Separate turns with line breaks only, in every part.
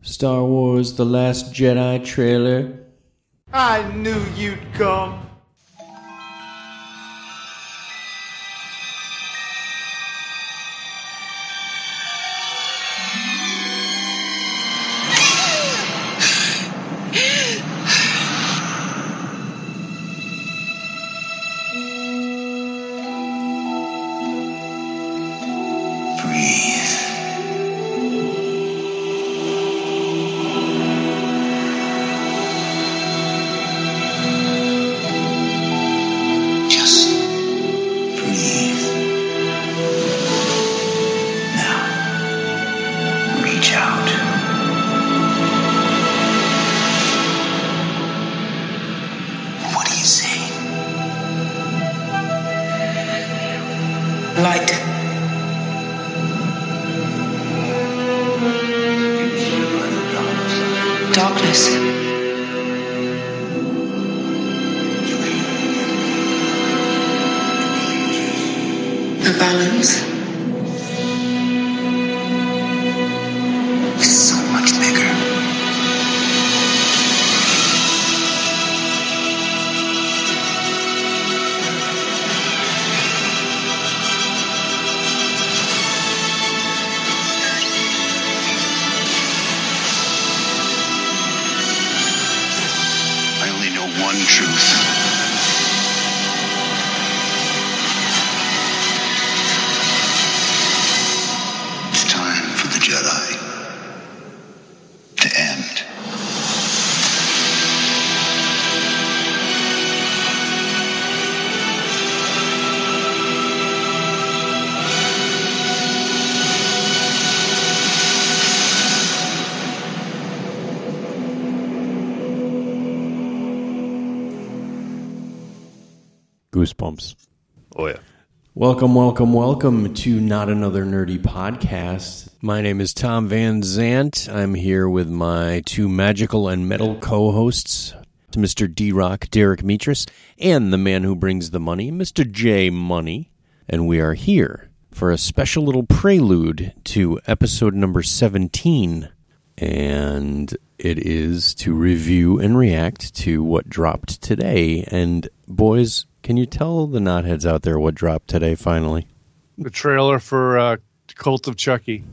Star Wars The Last Jedi trailer.
I knew you'd come.
Just breathe. Now, reach out. What do you say? Light.
Darkness. A balance.
is so much bigger. I only know one truth. It's time for the Jedi to end.
Goosebumps.
Oh yeah.
Welcome, welcome, welcome to Not Another Nerdy Podcast. My name is Tom Van Zant. I'm here with my two magical and metal co hosts, Mr. D Rock, Derek Metris, and the man who brings the money, Mr. J Money. And we are here for a special little prelude to episode number 17. And it is to review and react to what dropped today. And boys, can you tell the knotheads out there what dropped today finally?
The trailer for uh, Cult of Chucky.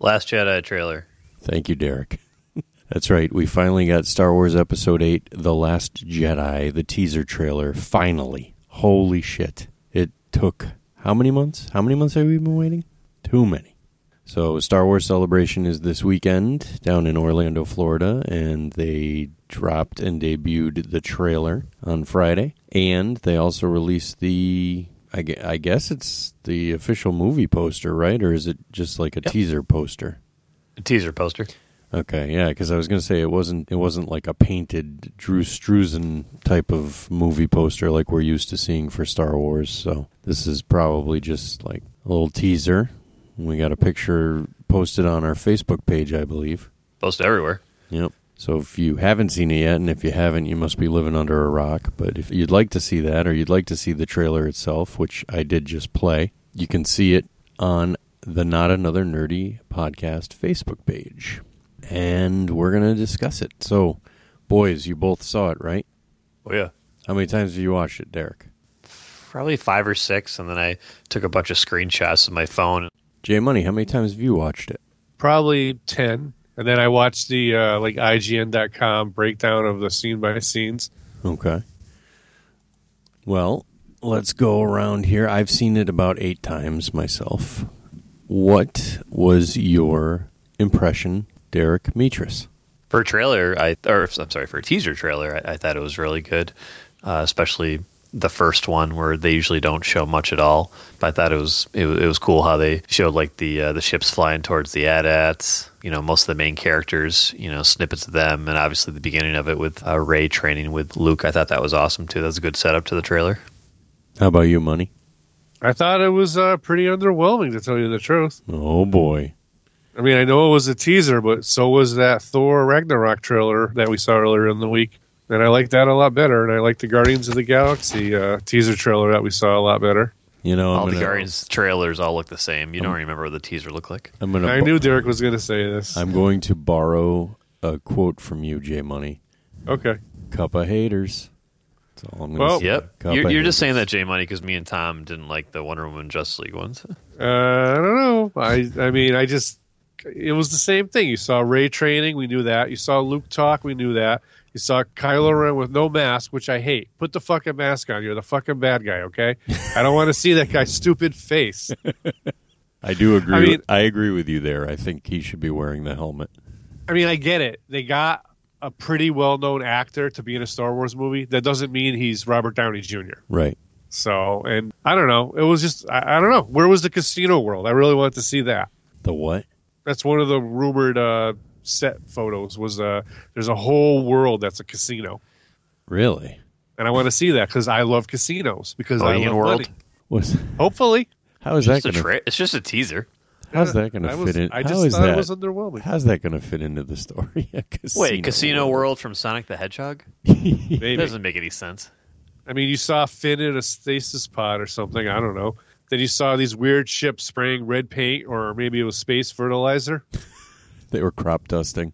Last Jedi trailer.
Thank you, Derek. That's right. We finally got Star Wars Episode 8, The Last Jedi, the teaser trailer. Finally. Holy shit. It took how many months? How many months have we been waiting? Too many. So, Star Wars Celebration is this weekend down in Orlando, Florida, and they dropped and debuted the trailer on Friday. And they also released the, I gue- I guess it's the official movie poster, right? Or is it just like a teaser poster?
teaser poster.
Okay, yeah, because I was gonna say it wasn't it wasn't like a painted Drew Struzan type of movie poster like we're used to seeing for Star Wars. So this is probably just like a little teaser. We got a picture posted on our Facebook page, I believe.
Posted everywhere.
Yep. So if you haven't seen it yet, and if you haven't, you must be living under a rock. But if you'd like to see that, or you'd like to see the trailer itself, which I did just play, you can see it on the Not Another Nerdy podcast Facebook page. And we're going to discuss it. So, boys, you both saw it, right?
Oh yeah.
How many times have you watched it, Derek?
Probably five or six, and then I took a bunch of screenshots of my phone.
Jay Money, how many times have you watched it?
Probably ten. And then I watched the uh, like IGN.com breakdown of the scene by scenes.
Okay. Well, let's go around here. I've seen it about eight times myself. What was your impression, Derek Metris?
For a trailer, I or I'm sorry, for a teaser trailer, I, I thought it was really good, uh, especially the first one where they usually don't show much at all. But I thought it was it, was- it was cool how they showed like the uh, the ships flying towards the AT-ATs. You know, most of the main characters. You know, snippets of them, and obviously the beginning of it with uh, Ray training with Luke. I thought that was awesome too. That was a good setup to the trailer.
How about you, Money?
I thought it was uh, pretty underwhelming to tell you the truth.
Oh boy.
I mean, I know it was a teaser, but so was that Thor Ragnarok trailer that we saw earlier in the week. And Um, I like that a lot better. And I like the Guardians of the Galaxy uh, teaser trailer that we saw a lot better.
You know,
all
I'm
the
gonna,
Guardians trailers all look the same. You don't remember what the teaser looked like.
I'm gonna.
I
bo-
knew Derek was going to say this.
I'm going to borrow a quote from you, Jay Money.
okay.
Cup of haters. That's all I'm gonna
Well-
say.
Yep.
Cup
You're,
of
you're just saying
haters.
that, J Money, because me and Tom didn't like the Wonder Woman Justice League ones.
Uh, I don't know. I I mean, I just it was the same thing. You saw Ray training, we knew that. You saw Luke talk, we knew that. You saw Kylo Ren with no mask, which I hate. Put the fucking mask on. You're the fucking bad guy, okay? I don't want to see that guy's stupid face.
I do agree.
I
with- I,
mean-
agree with you there. I think he should be wearing the helmet.
I mean, I get it. They got a pretty well-known actor to be in a Star Wars movie. That doesn't mean he's Robert Downey Jr.
Right.
So, and I don't know. It was just I, I don't know. Where was the Casino World? I really wanted to see that.
The what?
that's one of the rumored uh, set photos was uh, there's a whole world that's a casino
Really?
and i want to see that because i love casinos because
Oh,
i
Alien
love
World?
money.
Was
hopefully
how is that
It's, a
gonna
tra- it's just a teaser.
how's that gonna
I
fit
was-
in?
i
how
just
is
thought
that?
it was underwhelming
How's that going to fit into the story? A casino
Wait, Casino World. from Sonic the Hedgehog? It
maybe
doesn't make any sense.
i mean you saw finn in a stasis pod or something i don't know then you saw these weird ships spraying red paint or maybe it was space fertilizer
They were crop dusting.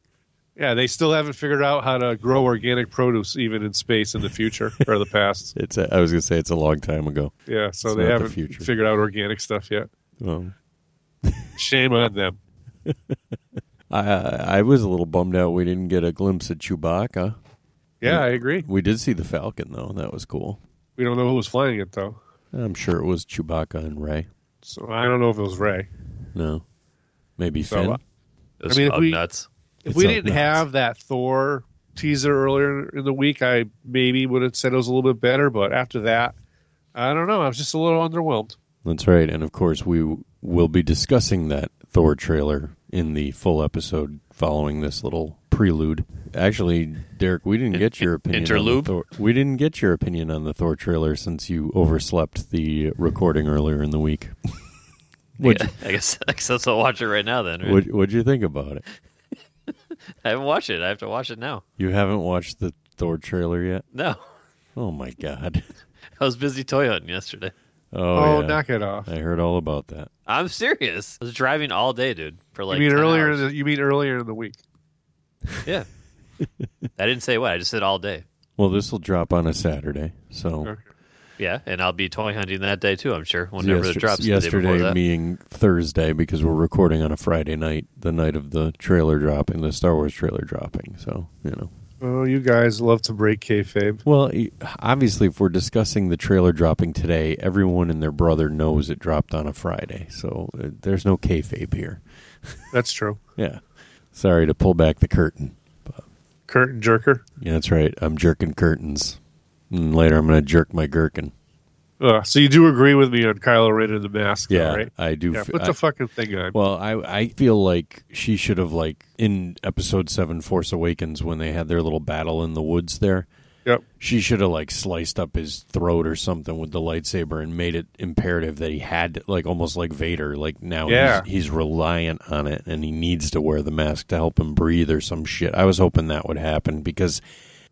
yeah they still haven't figured out how to grow organic produce even in space in the future or the past
It's. A, I was going to say it's a long time ago.
yeah so
It's
they
not the
haven't
future.
figured out organic stuff yet
Um,
shame on them
I, I I was a little bummed out we didn't get a glimpse at Chewbacca.
yeah i agree
We did see the Falcon though. That was cool.
We don't know who was flying it though,
I'm sure it was Chewbacca and Ray.
so I don't know if it was Ray.
No, maybe
So,
Finn.
uh,
It was
I mean, if
bug
we-
nuts.
If
It's
we
up
didn't
nuts.
have that Thor teaser earlier in the week, I maybe would have said it was a little bit better. But after that, I don't know. I was just a little underwhelmed.
That's right. And of course, we w- will be discussing that Thor trailer in the full episode following this little prelude. Actually, Derek, we didn't get your opinion. On the
interlude?
Thor. We didn't get your opinion on the Thor trailer since you overslept the recording earlier in the week. What'd,
Yeah, I guess I guess that's what I'll watch it right now then.
you, what, what'd you think about it?
I haven't watched it. I have to watch it now.
You haven't watched the Thor trailer yet?
No.
Oh my god!
I was busy toy hunting yesterday.
Oh,
Oh,
yeah.
knock it off!
I heard all about that.
I'm serious. I was driving all day, dude, for like
you mean
10
earlier?
hours.
In the, you mean earlier in the week?
Yeah. I didn't say what. I just said all day.
Well, this will drop on a Saturday, so.
Okay.
Yeah, and I'll be toy hunting that day too. I'm sure whenever it
Yester-
drops. the day
Yesterday
before that.
meaning Thursday because we're recording on a Friday night, the night of the trailer dropping, the Star Wars trailer dropping. So you know,
Oh, you guys love to break kayfabe.
well, e- obviously, if we're discussing the trailer dropping today, everyone and their brother knows it dropped on a Friday, so uh, there's no kayfabe here.
That's true.
Yeah, sorry to pull back the curtain.
Curtain jerker.
Yeah, that's right. I'm jerking curtains, and later I'm going to jerk my gherkin.
Ugh, so you do agree with me on Kylo Ren and the mask, though,
Yeah,
right?
I do.
Yeah,
f-
put
I-
the fucking thing on.
Well, I I feel like she should have like in episode seven, Force Awakens, when they had their little battle in the woods there.
yep.
She should have like sliced up his throat or something with the lightsaber and made it imperative that he had like almost like Vader, like now
Yeah.
he's, he's reliant on it and he needs to wear the mask to help him breathe or some shit. I was hoping that would happen because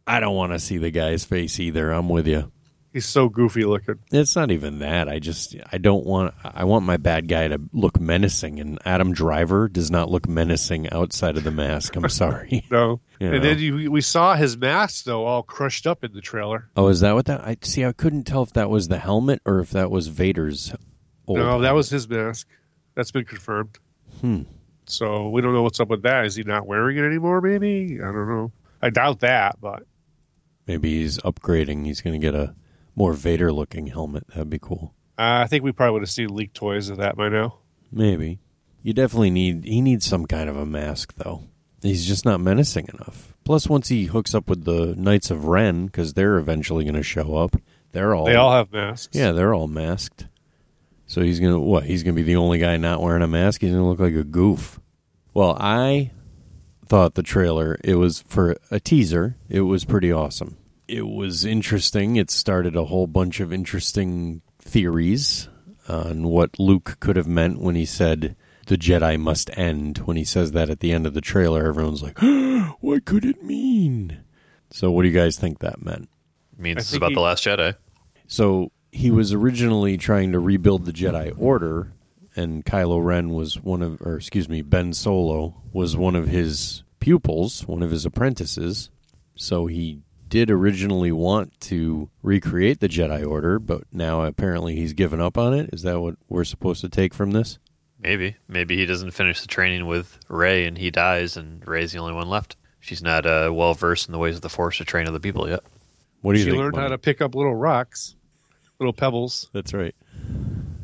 I don't want to see the guy's face either. I'm with you.
He's so goofy looking.
It's not even that. I just I don't want I want my bad guy to look menacing and Adam Driver does not look menacing outside of the mask. I'm sorry.
No.
You know.
And then you, we saw his mask though all crushed up in the trailer.
oh, is that what that I see I couldn't tell if that was the helmet or if that was Vader's old
No, that was his mask. That's been confirmed.
Hmm.
So we don't know what's up with that. Is he not wearing it anymore? Maybe I don't know. I doubt that, but
maybe he's upgrading. He's gonna get a more Vader looking helmet. That'd be cool.
uh, I think we probably would have seen leaked toys of that by now.
Maybe. You definitely need he needs some kind of a mask though. He's just not menacing enough. Plus once he hooks up with the Knights of Ren cuz they're eventually going to show up. They're all
They all have masks.
Oh. Yeah, they're all masked. So he's gonna what? He's gonna be the only guy not wearing a mask. He's gonna look like a goof. Well, I thought the trailer it was for a teaser. It was pretty awesome. It was interesting. It started a whole bunch of interesting theories on what Luke could have meant when he said the Jedi must end. When he says that at the end of the trailer, everyone's like, "What could it mean?" So, what do you guys think that meant?
means
I
it's
think
about
he-
the Last Jedi.
So he was originally trying to rebuild the Jedi Order, and Kylo Ren was one of, or excuse me, Ben Solo was one of his pupils, one of his apprentices. So he did originally want to recreate the Jedi Order, but now apparently he's given up on it. Is that what we're supposed to take from this?
Maybe. Maybe he doesn't finish the training with Ray and he dies, and Ray's the only one left. She's not uh, well versed in the ways of the Force to train other people yet.
What do you
She
think?
learned how
Mike?
to pick up little rocks, little pebbles.
That's right.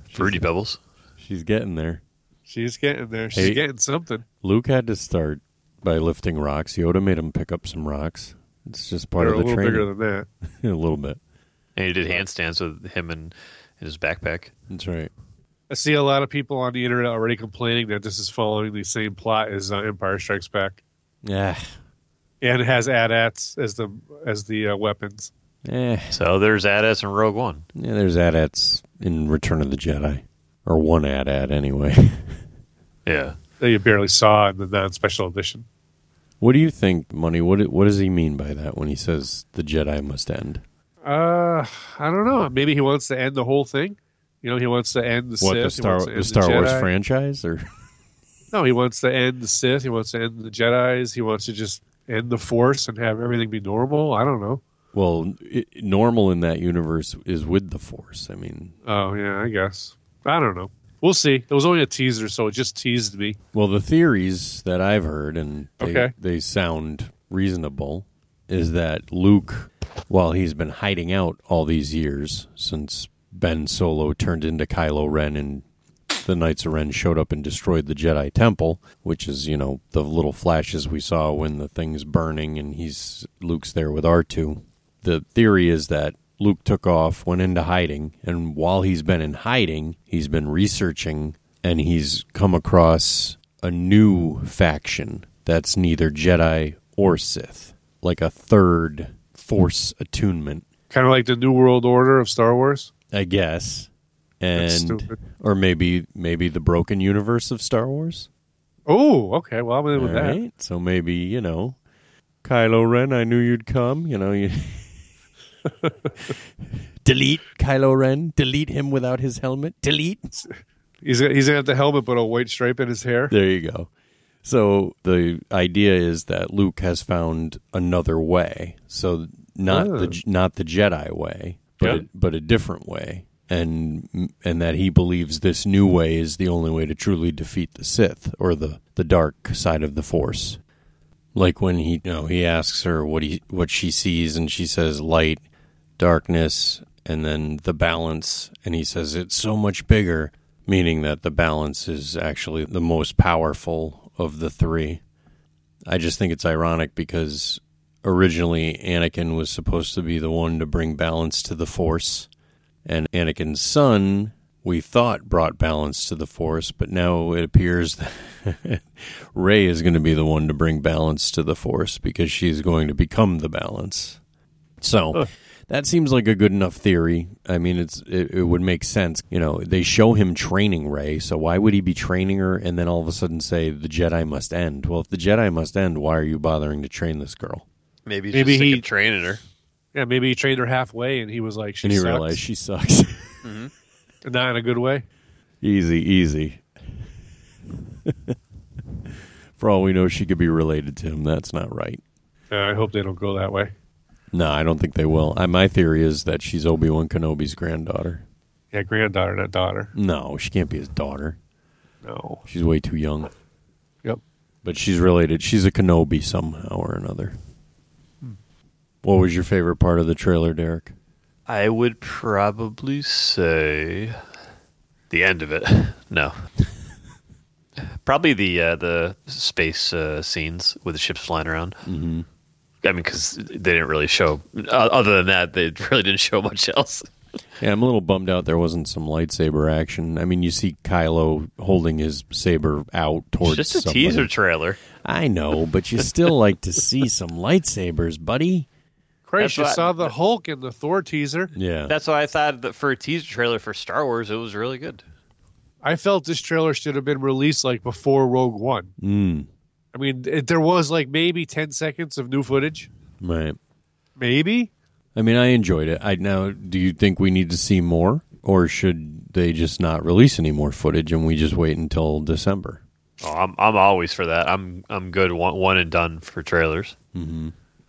Fruity Pebbles.
She's getting there.
She's getting there. She's
Hey.
getting something.
Luke had to start by lifting rocks. Yoda made him pick up some rocks. It's just part
They're
of
a
the
little
training.
bigger than that.
a little bit.
And he did handstands with him and in his backpack.
That's right.
I see a lot of people on the internet already complaining that this is following the same plot as uh, Empire Strikes Back,
Ah,
and it has AT-ATs as the as the uh, weapons.
eh.
So there's Adas and Rogue One.
Yeah, there's AT-ATs in Return of the Jedi, or one AT-AT anyway.
Yeah.
that you barely saw in the non-special edition.
what do you think, Money? What what does he mean by that when he says the Jedi must end?
Uh, I don't know. Maybe he wants to end the whole thing. You know, he wants to end the
What
Sith.
the
he
Star
wants to end
the Star Wars
Jedi.
franchise, or
No, he wants to end the Sith. He wants to end the Jedi's. He wants to just end the Force and have everything be normal. I don't know.
well, i normal in that universe is with the Force. I mean,
Oh yeah, I guess. I don't know. We'll see. It was only a teaser, so it just teased me.
Well, the theories that I've heard, and they,
Okay.
they sound reasonable, is that Luke, while he's been hiding out all these years since Ben Solo turned into Kylo Ren and the Knights of Ren showed up and destroyed the Jedi Temple, which is, you know, the little flashes we saw when the thing's burning and he's Luke's there with R2. The theory is that Luke took off, went into hiding, and while he's been in hiding, he's been researching and he's come across a new faction that's neither Jedi or Sith, like a third force attunement,
Kind of like the New World Order of Star Wars.
I guess.
That's
And
stupid.
or maybe maybe the broken universe of Star Wars.
Oh, okay. Well, I'm in
All
with that.
right. So maybe, you know, Kylo Ren, I knew you'd come. You know, you delete Kylo Ren, delete him without his helmet, delete.
He's he's gonna have the helmet, but a white stripe in his hair.
There you go. So the idea is that Luke has found another way. So not the not the Jedi way, but
Hmm. Yeah.
a, but a different way. And and that he believes this new way is the only way to truly defeat the Sith or the, the dark side of the Force. Like when he you know, he asks her what he what she sees and she says light, darkness, and then the balance and he says it's so much bigger, meaning that the balance is actually the most powerful of the three. I just think it's ironic because originally Anakin was supposed to be the one to bring balance to the Force, and Anakin's son, we thought, brought balance to the Force, but now it appears that Rey is going to be the one to bring balance to the Force because she's going to become the balance. So. That seems like a good enough theory. I mean, it's it, it would make sense. You know, they show him training Rey, so why would he be training her and then all of a sudden say the Jedi must end? Well, if the Jedi must end, why are you bothering to train this girl?
Maybe he's
Maybe
just sick
he-
of training her.
Yeah, maybe he trained her halfway, and he was like, she
and he
sucks.
realized she sucks.
not in a good way.
easy, easy. For all we know, she could be related to him. That's not right.
Uh, I hope they don't go that way.
No, I don't think they will. I, my theory is that she's Obi Wan Kenobi's granddaughter.
Yeah, granddaughter, not daughter.
No, she can't be his daughter.
No.
She's way too young.
Yep.
But she's related. She's a Kenobi somehow or another. Hmm. What was your favorite part of the trailer, Derek?
I would probably say the end of it. No. probably the uh, the space uh, scenes with the ships flying around. Mm-hmm. I mean, because they didn't really show. o- Other than that, they really didn't show much else.
Yeah, I'm a little bummed out there wasn't some lightsaber action. I mean, you see Kylo holding his saber out towards
Just a
somebody.
teaser trailer.
I know, but you still like to see some lightsabers, buddy.
Christ,
That's
you
what-
saw the Hulk in the Thor teaser.
Yeah.
That's why I thought that for a teaser trailer for Star Wars, it was really good.
I felt this trailer should have been released like before Rogue One.
mm,
I mean, it, there was like maybe 10 seconds of new footage.
right.
Maybe.
I mean, I enjoyed it. I now, do you think we need to see more, or should they just not release any more footage and we just wait until December?
Oh, I'm I'm always for that. I'm I'm good one, one and done for trailers.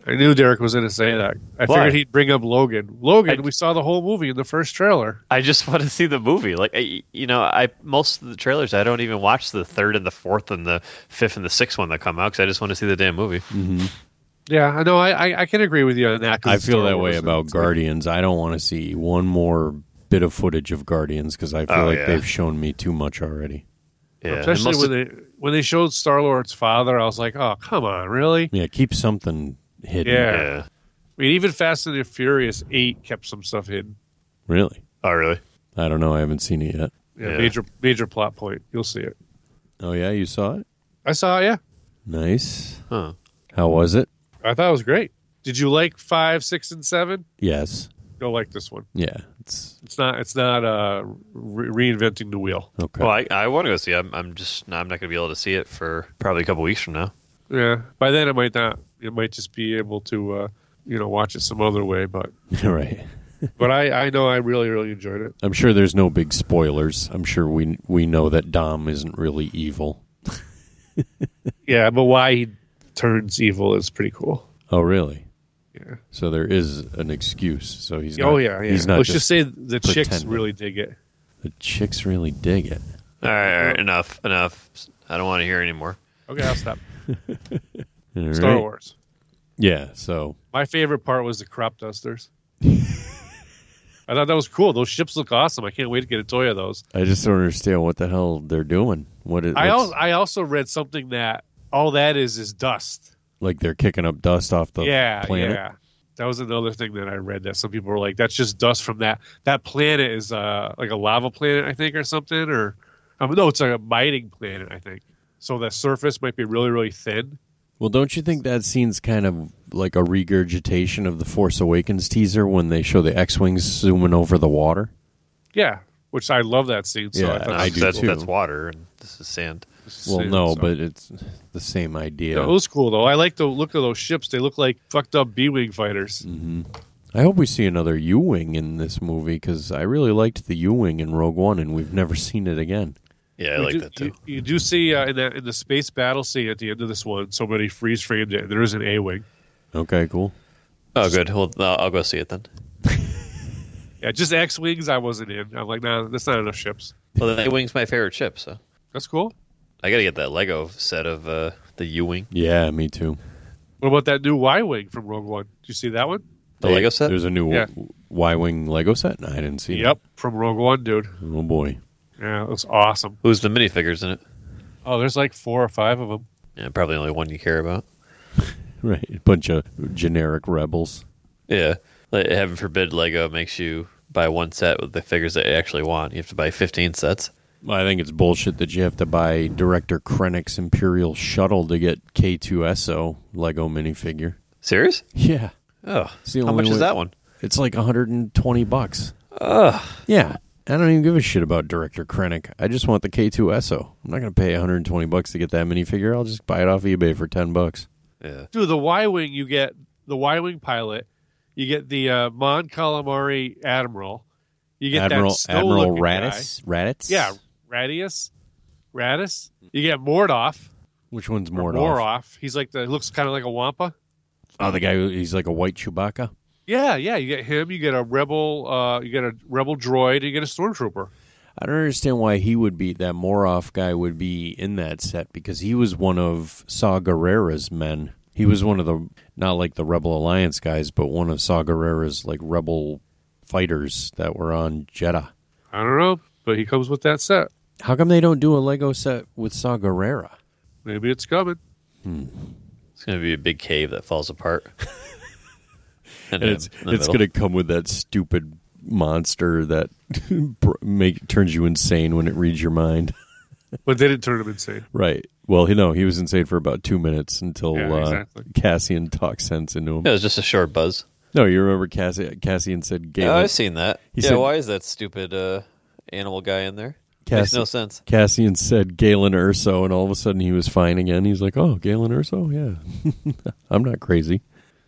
I knew Derek was going to say that. I
Why?
figured he'd bring up Logan. Logan,
I-
we saw the whole movie in the first trailer.
I just want to see the movie. Like I, you know, I most of the trailers I don't even watch the third and the fourth and the fifth and the sixth one that come out because I just want to see the damn movie.
Mm. Yeah, I know. I, I, I can agree with you on that. 'cause
I
it's
feel
Star
that
Wars
way
and
about
it's like-
Guardians. I don't want to see one more bit of footage of Guardians because I feel
Oh,
like
yeah.
they've shown me too much already.
Yeah, and
Especially
most
when
of-
they when they showed Star Lord's father, I was like, oh come on, really?
Yeah, keep something hidden.
Yeah.
yeah.
I mean, even Fast and the Furious Eight kept some stuff hidden.
Really?
Oh, really?
I don't know. I haven't seen it yet.
Yeah,
Yeah.
Major major plot point. You'll see it.
Oh, yeah, you saw it?
I saw. it, Yeah,
Nice.
Huh.
How was it?
I thought it was great. Did you like five, six, and seven?
Yes.
Go like this one.
Yeah. It's
It's not. It's not uh, re- reinventing the wheel.
okay.
Well, I, I want to go see. It. I'm I'm just I'm not going to be able to see it for probably a couple weeks from now.
Yeah. By then, it might not. It might just be able to, uh, you know, watch it some other way. But
right.
but I I know I really really enjoyed it.
I'm sure there's no big spoilers. I'm sure we we know that Dom isn't really evil.
Yeah, but why he turns evil is pretty cool.
Oh, really?
Yeah.
So there is an excuse. So he's
oh
not-
yeah, yeah.
He's not
Let's
just,
just, say the chicks
pretending.
really dig it.
the chicks really dig it.
All right, all right, enough, enough. I don't want to hear anymore.
Okay, I'll stop.
All
Star
right.
Wars.
Yeah. So
My favorite part was the crop dusters. I thought that was cool. Those ships look awesome. I can't wait to get a toy of those.
I just don't understand what the hell they're doing. What it,
I
what's-
also, I also read something that all that is is dust.
like they're kicking up dust off the
yeah,
planet.
yeah. That was another thing that I read that some people were like, "That's just dust from that that planet is uh like a lava planet, I think, or something, or um, no, it's a mining planet, I think. So the surface might be really, really thin.
Well, don't you think that scene's kind of like a regurgitation of the Force Awakens teaser when they show the X-wings zooming over the water?
Yeah, which I love that scene. So
Yeah,
I, thought
and
that
I
was
do
that's,
too.
That's water, and this is sand.
a good
Well,
scene,
no,
so.
but it's the same idea.
It was cool though. I like the look of those ships. They look like fucked up B wing fighters.
Mm. I hope we see another U-wing in this movie because I really liked the U-wing in Rogue One, and we've never seen it again.
Yeah, I
You
like
do,
that too.
You, you do see uh, in that in the space battle scene at the end of this one, somebody freeze framed it. and There is an A wing.
Okay, cool.
oh, good. Well, I'll I'll go see it then.
Yeah, just X wings. I wasn't in. I'm like, nah, that's not enough ships.
Well, the wing's my favorite ship, so
That's cool.
I got to get that Lego set of uh, the U wing.
Yeah, me too.
What about that new Y wing from Rogue One? Did you see that one?
The
Hey,
Lego set.
There's a new
Yeah.
Y-wing Lego set. No, I didn't see
Yep, from Rogue One, dude.
it. Oh boy.
Yeah, it looks awesome.
Who's the minifigures in it?
Oh, there's like four or five of them.
Yeah, probably only one you care about.
Right, bunch of generic rebels.
Yeah. Like, heaven forbid Lego makes you buy one set with the figures that you actually want. You have to buy 15 sets.
I think it's bullshit that you have to buy Director Krennic's Imperial shuttle to get K2SO Lego minifigure.
Serious?
Yeah,
Oh.
It's the
How
only
much is
way-
that one?
it's like 120 bucks. Ugh. Yeah, I don't even give a shit about Director Krennic. I just want the K2SO. I'm not gonna pay 120 bucks to get that minifigure. I'll just buy it off eBay for 10 bucks.
Yeah.
Dude, the Y wing you get the Y wing pilot, you get the uh, Mon Calamari admiral, you get
Admiral
that snow
Admiral
looking guy.
Raditz. Raditz.
Yeah, Radius, Radis. You get Mordoff.
Which one's
or
more?
Moroff. He's like the looks kind of like a Wampa.
Oh, the guy. who He's like a white Chewbacca.
Yeah, yeah. You get him. You get a rebel. Uh, you get a rebel droid. You get a stormtrooper.
I don't understand why he would be that Moroff guy would be in that set because he was one of Saw Gerrera's men. He was one of the not like the Rebel Alliance guys, but one of Saw Gerrera's like rebel fighters that were on Jeddah.
I don't know, but he comes with that set.
How come they don't do a Lego set with Saw Gerrera?
Maybe it's coming.
It's going to be a big cave that falls apart. and
And it's
in the
it's
middle.
gonna come with that stupid monster that br- make turns you insane when it reads your mind.
But they didn't turn him insane.
Right. Well, he no, he was insane for about two minutes until
Yeah,
uh,
exactly.
Cassian talked sense into him.
It was just a short buzz.
No, you remember Cassi- Cassian said Galen.
Yeah, I've seen that.
He
yeah,
said-
why is that stupid uh, animal guy in there? Makes
Cassi-
no sense.
Cassian said Galen Urso, and all of a sudden he was fine again. He's like, "Oh, Galen Urso, yeah, I'm not crazy."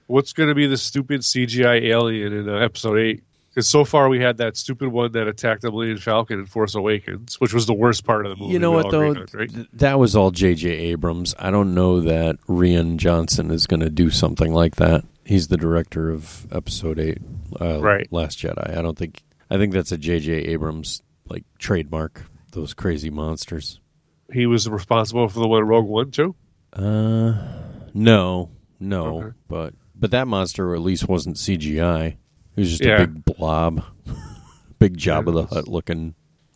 what's going to be the stupid CGI alien in uh, episode eight? Because so far we had that stupid one that attacked the Millennium Falcon in Force Awakens, which was the worst part of the movie.
You know
we
what
all
though?
agreed on, right?
Th- that was all J.J. Abrams. I don't know that Rian Johnson is going to do something like that. He's the director of Episode Eight, uh,
Right.
Last Jedi. I don't think. I think that's a J.J. Abrams like trademark. Those crazy monsters.
He was responsible for the one in Rogue One too.
No, no,
Okay.
but but that monster at least wasn't CGI. It was just
Yeah.
a big blob, big Jabba the Hut looking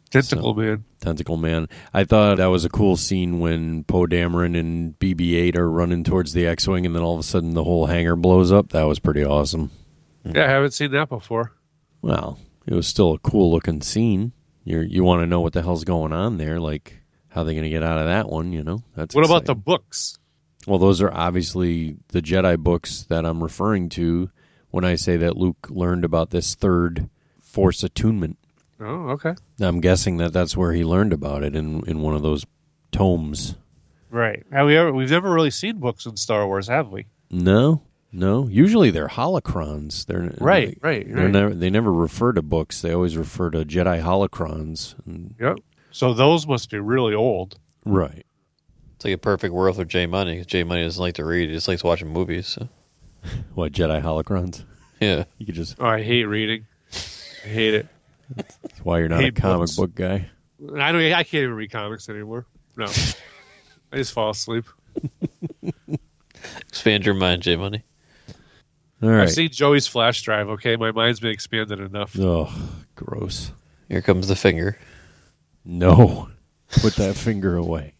Tentacle Man.
tentacle man. I thought that was a cool scene when Poe Dameron and BB-8 are running towards the X-wing, and then all of a sudden the whole hangar blows up. That was pretty awesome.
Yeah, I haven't seen that before.
Well, it was still a cool looking scene. You you want to know what the hell's going on there? Like how they going to get out of that one? You know. That's
What about the
exciting.
books?
Well, those are obviously the Jedi books that I'm referring to when I say that Luke learned about this third Force attunement.
Oh, okay.
I'm guessing that that's where he learned about it in in one of those tomes.
Right. Have we ever, we've never really seen books in Star Wars, have we?
No, no. Usually they're holocrons. They're
Right, right,
They
right.
never they never refer to books. They always refer to Jedi holocrons. And,
Yep. So those must be really old.
right.
It's like a perfect world for Jay Money because Jay Money doesn't like to read; he just likes watching movies. So.
What Jedi holocrons?
Yeah,
You could just
Oh, I hate reading. I hate it.
that's why you're not a
Hate
comic
books.
book guy.
I don't. I can't even read comics anymore. No, I just fall asleep.
expand your mind, Jay Money.
All right.
I've seen Joey's flash drive. Okay, my mind's been expanded enough.
oh, gross.
Here comes the finger.
No. Put that finger away.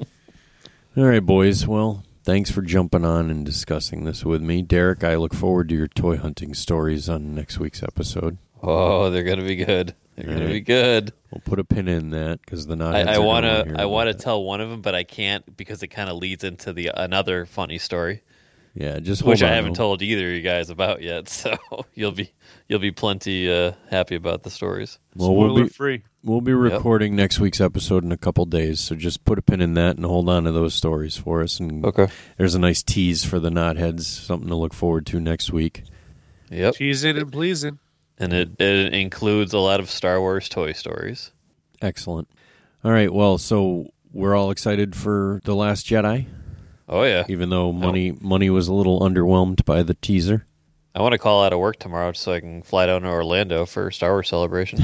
All right, boys. Well, thanks for jumping on and discussing this with me. Derek, I look forward to your toy hunting stories on next week's episode.
Oh, they're gonna be good. They're gonna
Right.
be good.
We'll put a pin in that because the
I, I
want
wanna, I wanna tell one of them, but I can't because it kind of leads into the another funny story,
Yeah, just hold
which I
on,
haven't
though.
told either of you guys about yet. So you'll be, you'll be plenty uh, happy about the stories.
Well, we'll
Spoiler
be
free.
we'll be recording next week's episode in a couple days, so just put a pin in that and hold on to those stories for us. And
Okay.
there's a nice tease for the knotheads, something to look forward to next week.
Yep.
Cheesing and pleasing.
And it, it includes a lot of Star Wars toy stories.
Excellent. All right. Well, so we're all excited for the Last Jedi,
Oh yeah.
even though money money was a little underwhelmed by the teaser.
I want to call out of work tomorrow so I can fly down to Orlando for Star Wars celebration.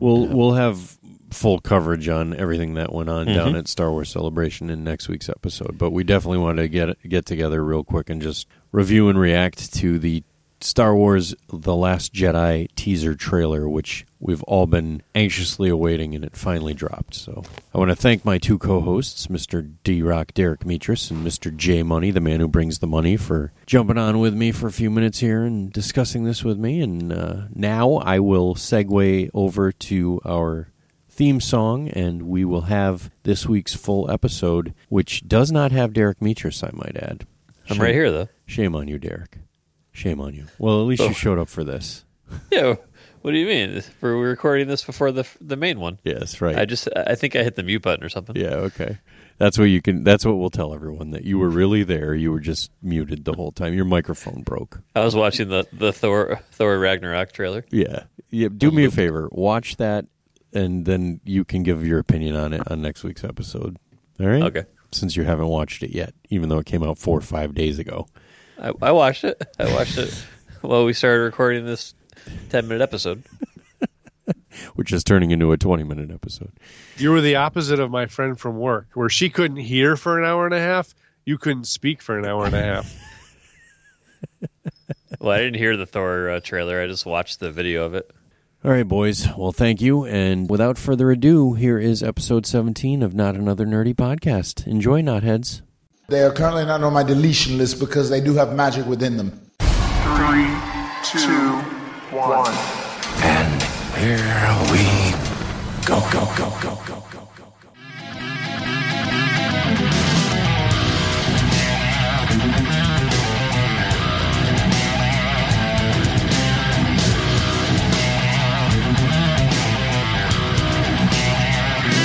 We'll we'll have full coverage on everything that went on down at Star Wars Celebration in next week's episode. But we definitely wanted to get get together real quick and just review and react to the Star Wars The Last Jedi teaser trailer, which we've all been anxiously awaiting and it finally dropped. So I want to thank my two co hosts, Mr. D Rock Derek Metris and Mr. J Money, the man who brings the money, for jumping on with me for a few minutes here and discussing this with me. And uh, now I will segue over to our theme song and we will have this week's full episode, which does not have Derek Metris, I might add.
I'm
Shame-
right here though.
Shame on you, Derek. Shame on you. Well, at least
Oh.
you showed up for this.
Yeah. What do you mean? We're recording this before the the main one.
Yes, right.
I just I think I hit the mute button or something.
Yeah, okay. That's what you can. That's what we'll tell everyone that you were really there. You were just muted the whole time. Your microphone broke.
I was watching the the Thor Thor Ragnarok trailer.
Yeah, yeah. Do me a favor. Watch that, and then you can give your opinion on it on next week's episode. All right.
Okay.
Since you haven't watched it yet, even though it came out four or five days ago.
I, I watched it. I watched it while we started recording this ten minute episode.
which is turning into a 20 minute episode.
You were the opposite of my friend from work, where she couldn't hear for an hour and a half. You couldn't speak for an hour and a half.
Well, I didn't hear the Thor uh, trailer. I just watched the video of it.
All right, boys. Well, thank you. And without further ado, here is episode 17 of Not Another Nerdy Podcast. Enjoy, Knotheads.
They are currently not on my deletion list because they do have magic within them.
Three, two, one.
And here we go, go, go, go, go, go, go, go.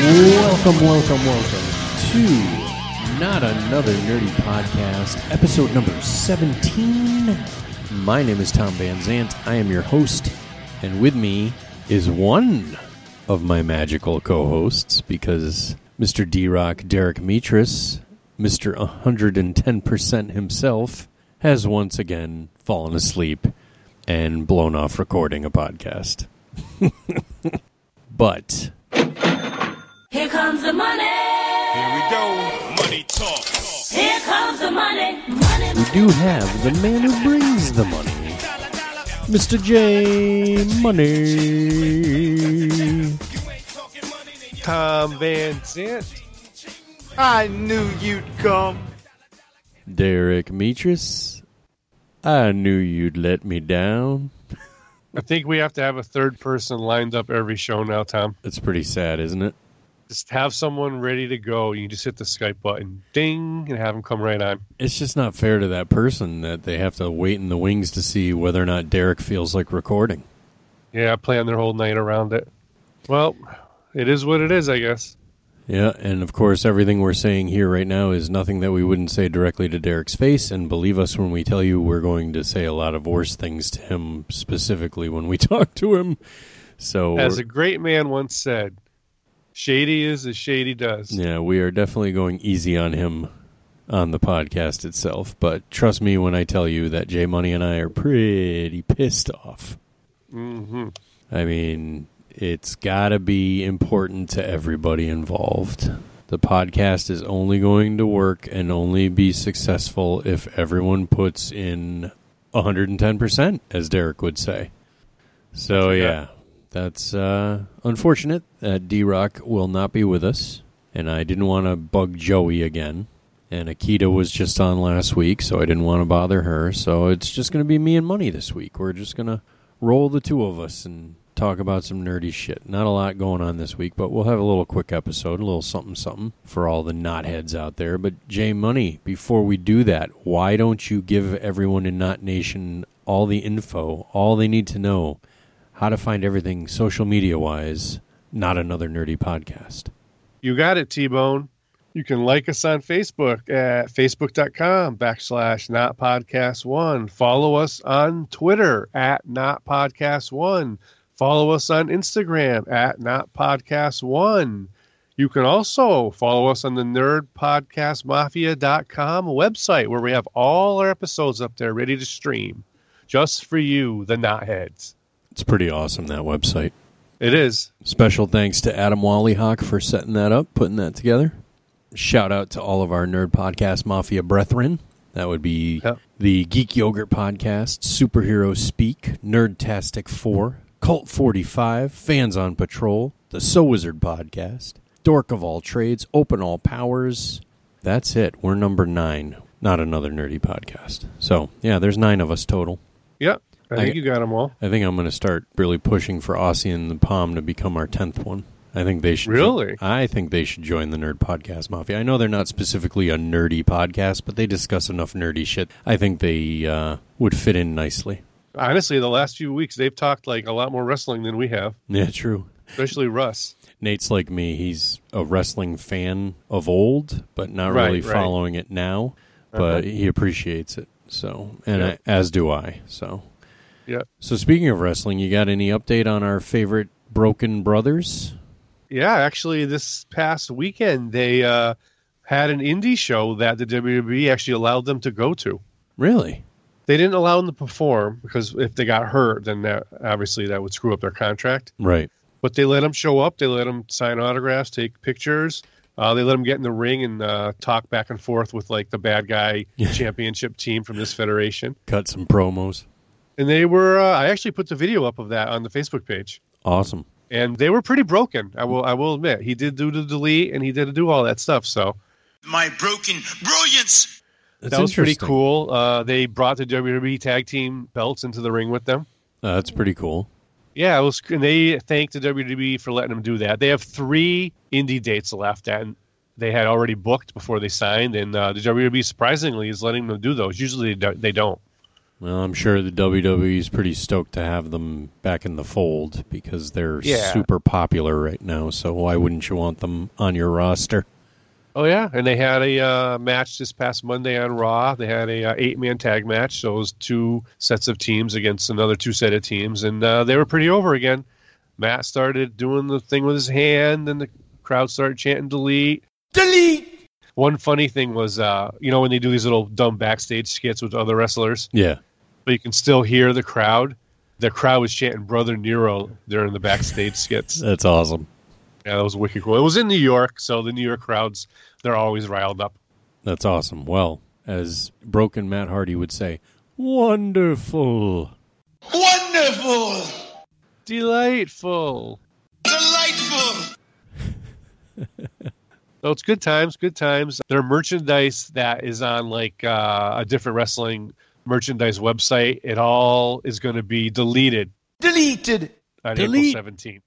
Welcome, welcome, welcome to Not Another Nerdy Podcast, episode number 17. My name is Tom Van Zant. I am your host, and with me is one of my magical co hosts because Mr. D Rock Derek Mitris, Mr. 110% himself, has once again fallen asleep and blown off recording a podcast. but
Here comes the money. Here we go. Money talk. Here comes the money. Money.
we do have the man who brings the money, Mr. J Money.
Tom Van Zant.
I knew you'd come.
Derek Mitris, I knew you'd let me down.
I think we have to have a third person lined up every show now, Tom.
It's pretty sad, isn't it?
Just have someone ready to go. You just hit the Skype button, ding, and have them come right on.
It's just not fair to that person that they have to wait in the wings to see whether or not Derek feels like recording.
Yeah, plan their whole night around it. Well, it is what it is, I guess.
Yeah, and of course, everything we're saying here right now is nothing that we wouldn't say directly to Derek's face. And believe us when we tell you, we're going to say a lot of worse things to him specifically when we talk to him. So,
As a great man once said, shady is as shady does.
yeah, we are definitely going easy on him on the podcast itself. But trust me when I tell you that Jay Money and I are pretty pissed off.
hmm
I mean, it's got to be important to everybody involved. The podcast is only going to work and only be successful if everyone puts in 110%, as Derek would say. So, yeah, that's uh, unfortunate that D Rock will not be with us. And I didn't want to bug Joey again. And Akita was just on last week, so I didn't want to bother her. So it's just going to be me and Money this week. We're just going to roll the two of us and talk about some nerdy shit. Not a lot going on this week, but we'll have a little quick episode, a little something something for all the knotheads out there. But Jay Money, before we do that, why don't you give everyone in Knot Nation all the info, all they need to know, how to find everything social media wise, not another nerdy podcast.
You got it, T Bone. You can like us on Facebook at facebook.com backslash not podcast one. Follow us on Twitter at not podcast one. Follow us on Instagram at not podcast one. You can also follow us on the nerdpodcastmafia.com website where we have all our episodes up there ready to stream just for you, the knotheads.
It's pretty awesome that website.
It is.
Special thanks to Adam Wallyhawk for setting that up, putting that together. Shout out to all of our Nerd Podcast Mafia brethren. That would be
Yep.
the Geek Yogurt Podcast, Superhero Speak, Nerdtastic 4, Cult 45, Fans on Patrol, the So Wizard Podcast, Dork of All Trades, Open All Powers. That's it. We're number nine, not another nerdy podcast. So, yeah, there's nine of us total.
Yep. I
I-
think you got them all.
I think I'm going to start really pushing for Aussie and the Palm to become our tenth one. I think they should.
Really?
I think they should join the Nerd Podcast Mafia. I know they're not specifically a nerdy podcast, but they discuss enough nerdy shit. I think they uh, would fit in nicely.
Honestly, the last few weeks they've talked like a lot more wrestling than we have.
Yeah, true.
especially Russ.
Nate's like me. He's a wrestling fan of old, but not
Right,
really
right. Uh-huh.
following it now. But he appreciates it. So, and
Yeah.
I, as do I. So,
Yeah,
so speaking of wrestling, you got any update on our favorite Broken Brothers?
yeah. Actually, this past weekend they uh, had an indie show that the WWE actually allowed them to go to.
Really?
They didn't allow them to perform because if they got hurt, then that obviously that would screw up their contract.
Right.
But they let them show up. They let them sign autographs, take pictures. Uh, they let them get in the ring and uh, talk back and forth with like the bad guy championship team from this federation.
cut some promos.
And they were. Uh, I actually put the video up of that on the Facebook page.
Awesome.
and they were pretty broken. I will I will admit he did do the delete and he did do all that stuff. So
My broken brilliance!
that was pretty cool. Uh, they brought the WWE tag team belts into the ring with them.
Uh, that's pretty cool.
Yeah, it was, and they thanked the WWE for letting them do that. They have three indie dates left, and they had already booked before they signed. And uh, the WWE surprisingly is letting them do those. Usually they don't- they don't.
Well, I'm sure the WWE is pretty stoked to have them back in the fold because they're
Yeah.
super popular right now. So why wouldn't you want them on your roster?
Oh yeah, and they had a uh, match this past Monday on Raw. They had a uh, eight man tag match. So it was two sets of teams against another two set of teams, and uh, they were pretty over again. Matt started doing the thing with his hand, then the crowd started chanting "delete, delete." One funny thing was, uh, you know, when they do these little dumb backstage skits with other wrestlers,
Yeah.
but you can still hear the crowd. The crowd was chanting "Brother Nero" during the backstage skits.
That's awesome.
Yeah, that was wicked cool. It was in New York, so the New York crowds they're always riled up.
That's awesome. Well, as broken Matt Hardy would say, wonderful.
Wonderful!
Delightful.
Delightful!
So it's good times, good times. Their merchandise that is on like uh, a different wrestling merchandise website, it all is going to be deleted
Deleted.
on
Delete.
April 17th.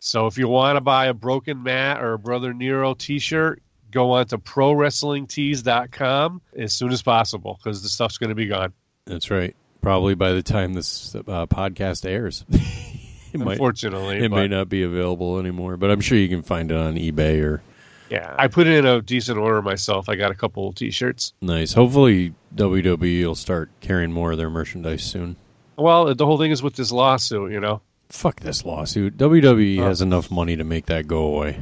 So if you want to buy a Broken Matt or a Brother Nero t-shirt, go on to prowrestlingtees.com as soon as possible because the stuff's going to be gone.
That's right. Probably by the time this uh, podcast airs, it might
unfortunately,
it may
but-
not be available anymore. But I'm sure you can find it on eBay or
Yeah, I put it in a decent order myself. I got a couple of t-shirts.
nice. Hopefully, WWE will start carrying more of their merchandise soon.
Well, the whole thing is with this lawsuit, you know.
Fuck this lawsuit. WWE has enough money to make that go away.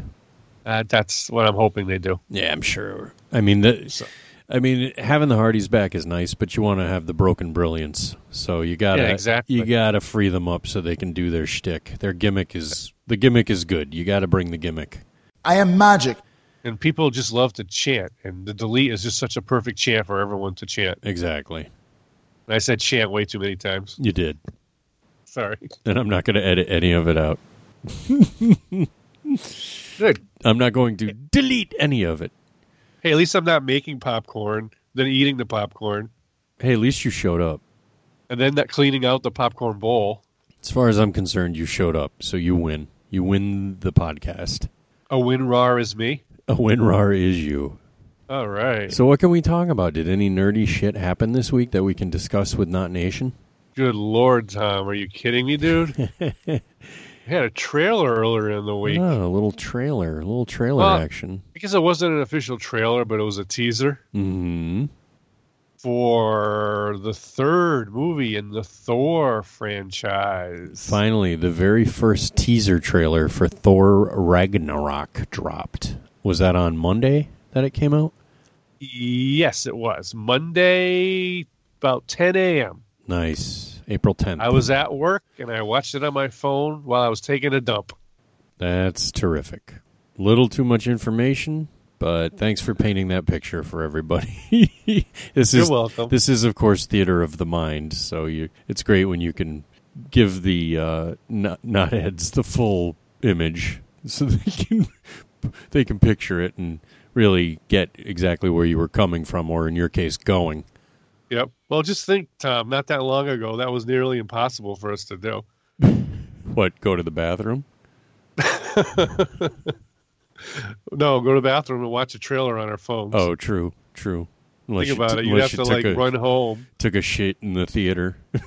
Uh, that's what I'm hoping they do.
Yeah, I'm sure. I mean, the, I mean, having the Hardys back is nice, but you want to have the broken brilliance. So you gotta,
Yeah, exactly.
you gotta free them up so they can do their shtick. Their gimmick is the gimmick is good. You gotta bring the gimmick.
I am magic.
And people just love to chant, and the delete is just such a perfect chant for everyone to chant.
Exactly.
And I said chant way too many times.
You did,
Sorry.
and I'm not gonna edit any of it out.
Good.
I'm not going to delete any of it.
Hey, at least I'm not making popcorn, then eating the popcorn,
Hey, at least you showed up.
and then not cleaning out the popcorn bowl.
As far as I'm concerned, you showed up, so you win. You win the podcast.
A win rar is me.
A WinRAR is you.
All right.
So what can we talk about? Did any nerdy shit happen this week that we can discuss with Not Nation?
Good lord, Tom. Are you kidding me, dude? I had a trailer earlier in the week.
Oh, a little trailer, a little trailer
Well-
action.
I guess it wasn't an official trailer, but it was a teaser
hmm
for the third movie in the Thor franchise.
Finally, the very first teaser trailer for Thor Ragnarok dropped. Was that on Monday that it came out?
Yes, it was Monday, about 10 a.m.
Nice. April 10th.
I was at work and I watched it on my phone while I was taking a dump.
That's terrific. Little too much information, but thanks for painting that picture for everybody. this
You're
is
welcome.
This is, of course, theater of the mind. So you, it's great when you can give the uh, not not heads the full image, so they can they can picture it and really get exactly where you were coming from, or in your case, going.
Yep. Well, just think, Tom, not that long ago, that was nearly impossible for us to do.
What? Go to the bathroom?
No, go to the bathroom and watch a trailer on our phones.
Oh, true, true. Unless
think about
t-
it. You'd
unless
have to,
took
like,
a-
run home.
took a shit in the theater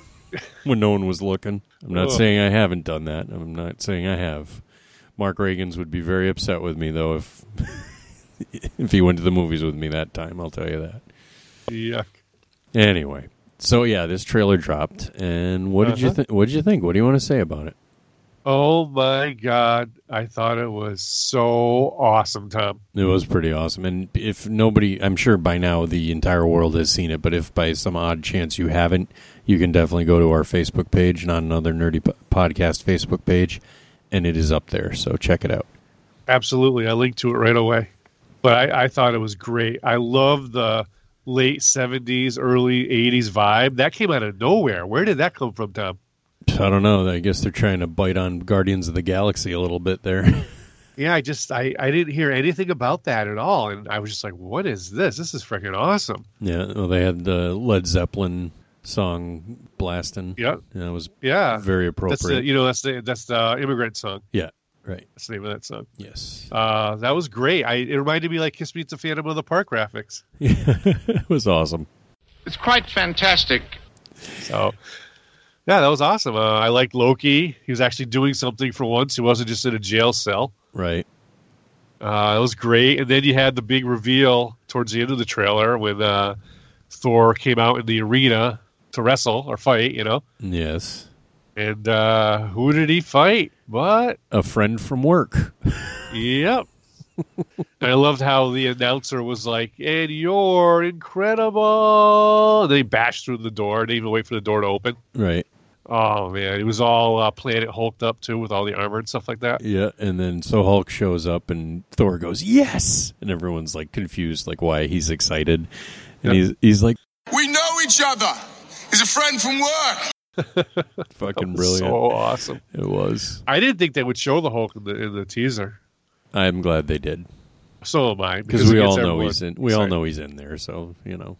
when no one was looking. I'm not
Ugh.
saying I haven't done that. I'm not saying I have. Mark Reagan's would be very upset with me though if if he went to the movies with me that time, I'll tell you that.
Yuck.
Anyway, so yeah, this trailer dropped and what did you
Uh-huh.
think what did you think? What do you want to say about it?
Oh my God. I thought it was so awesome, Tom.
It was pretty awesome. And if nobody, I'm sure by now the entire world has seen it, but if by some odd chance you haven't, you can definitely go to our Facebook page, Not Another Nerdy Po- Podcast Facebook page, and it is up there. So check it out.
Absolutely. I linked to it right away. But I, I thought it was great. I love the late 70s, early 80s vibe. That came out of nowhere. Where did that come from, Tom?
I don't know. I guess they're trying to bite on Guardians of the Galaxy a little bit there.
Yeah, I just I, I didn't hear anything about that at all. And I was just like, what is this? This is freaking awesome.
yeah. Well, they had the Led Zeppelin song blasting.
Yeah.
And it was
Yeah.
very
That's
appropriate.
the, you know, that's the that's the immigrant song.
yeah. Right.
That's the name of that song.
Yes.
Uh, that was great. I it reminded me like Kiss Me It's a Phantom of the Park graphics.
it was awesome.
It's quite fantastic.
So, yeah, that was awesome. Uh, I liked Loki. He was actually doing something for once. He wasn't just in a jail cell.
Right.
Uh, Uh, it was great. And then you had the big reveal towards the end of the trailer when uh, Thor came out in the arena to wrestle or fight, you know.
Yes.
And uh, who did he fight? What?
A friend from work.
Yep. I loved how the announcer was like, and you're incredible. And then he bashed through the door, didn't even wait for the door to open.
Right.
Oh, man. It was all uh, Planet Hulked up, too, with all the armor and stuff like that.
Yeah. And then so Hulk shows up and Thor goes, Yes. And everyone's like confused, like why he's excited. And he's, he's like,
We know each other. He's a friend from work.
Fucking
That was
brilliant.
So awesome.
It was.
I didn't think they would show the Hulk in the, in the teaser.
I'm glad they did.
So am I.
Because we
it gets
all know
everyone
he's in. We all
excited.
know he's in there. So you know.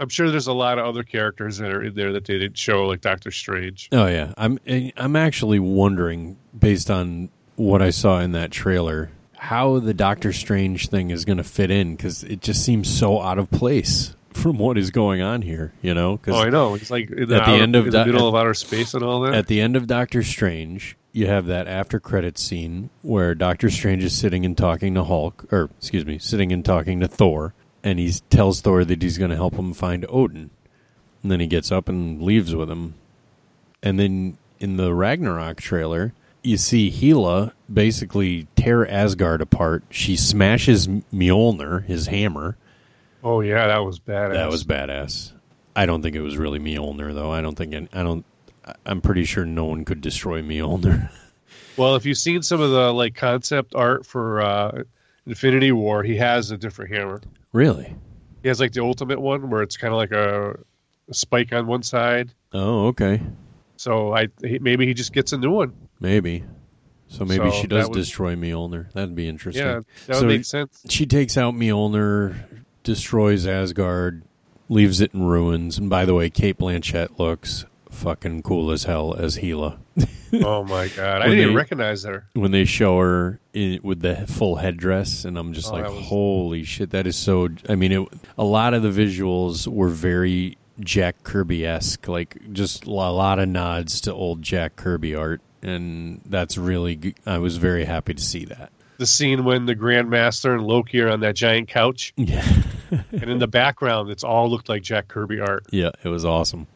I'm sure there's a lot of other characters that are in there that they didn't show, like Doctor Strange.
Oh yeah, I'm. I'm actually wondering, based on what I saw in that trailer, how the Doctor Strange thing is going to fit in because it just seems so out of place from what is going on here. You know,
Oh,
because
I know. He's like in the,
at the
outer-
end of
in the
Do-
middle
at-
of outer space and all that.
at the end of Doctor Strange, you have that after credit scene where Doctor Strange is sitting and talking to Hulk, or excuse me, sitting and talking to Thor, and he tells Thor that he's going to help him find Odin, and then he gets up and leaves with him. And then in the Ragnarok trailer, you see Hela basically tear Asgard apart. She smashes Mjolnir, his hammer.
oh yeah, that was badass.
That was badass. I don't think it was really Mjolnir though. I don't think it, I don't. I- I'm pretty sure no one could destroy Mjolnir.
well. If you've seen some of the like concept art for uh, Infinity War, he has a different hammer.
really?
He has like the ultimate one where it's kind of like a, a spike on one side.
Oh, okay.
So I he- maybe he just gets a new one.
Maybe. So maybe
So
she does
that would-
destroy Mjolnir. That'd be interesting.
Yeah, that
so
would make sense.
she takes out Mjolnir, destroys Asgard, leaves it in ruins. And by the way, Kate Blanchett looks fucking cool as hell as Hela.
Oh my god, I
When
didn't even
they-
recognize her.
when they show her in, with the full headdress, and I'm just
Oh,
like,
that was-
holy shit, that is so. I mean, it, a lot of the visuals were very Jack Kirby esque, like just a lot of nods to old Jack Kirby art, and that's really. g- I was very happy to see that.
The scene when the Grandmaster and Loki are on that giant couch,
Yeah,
and in the background, it's all looked like Jack Kirby art.
yeah, it was awesome.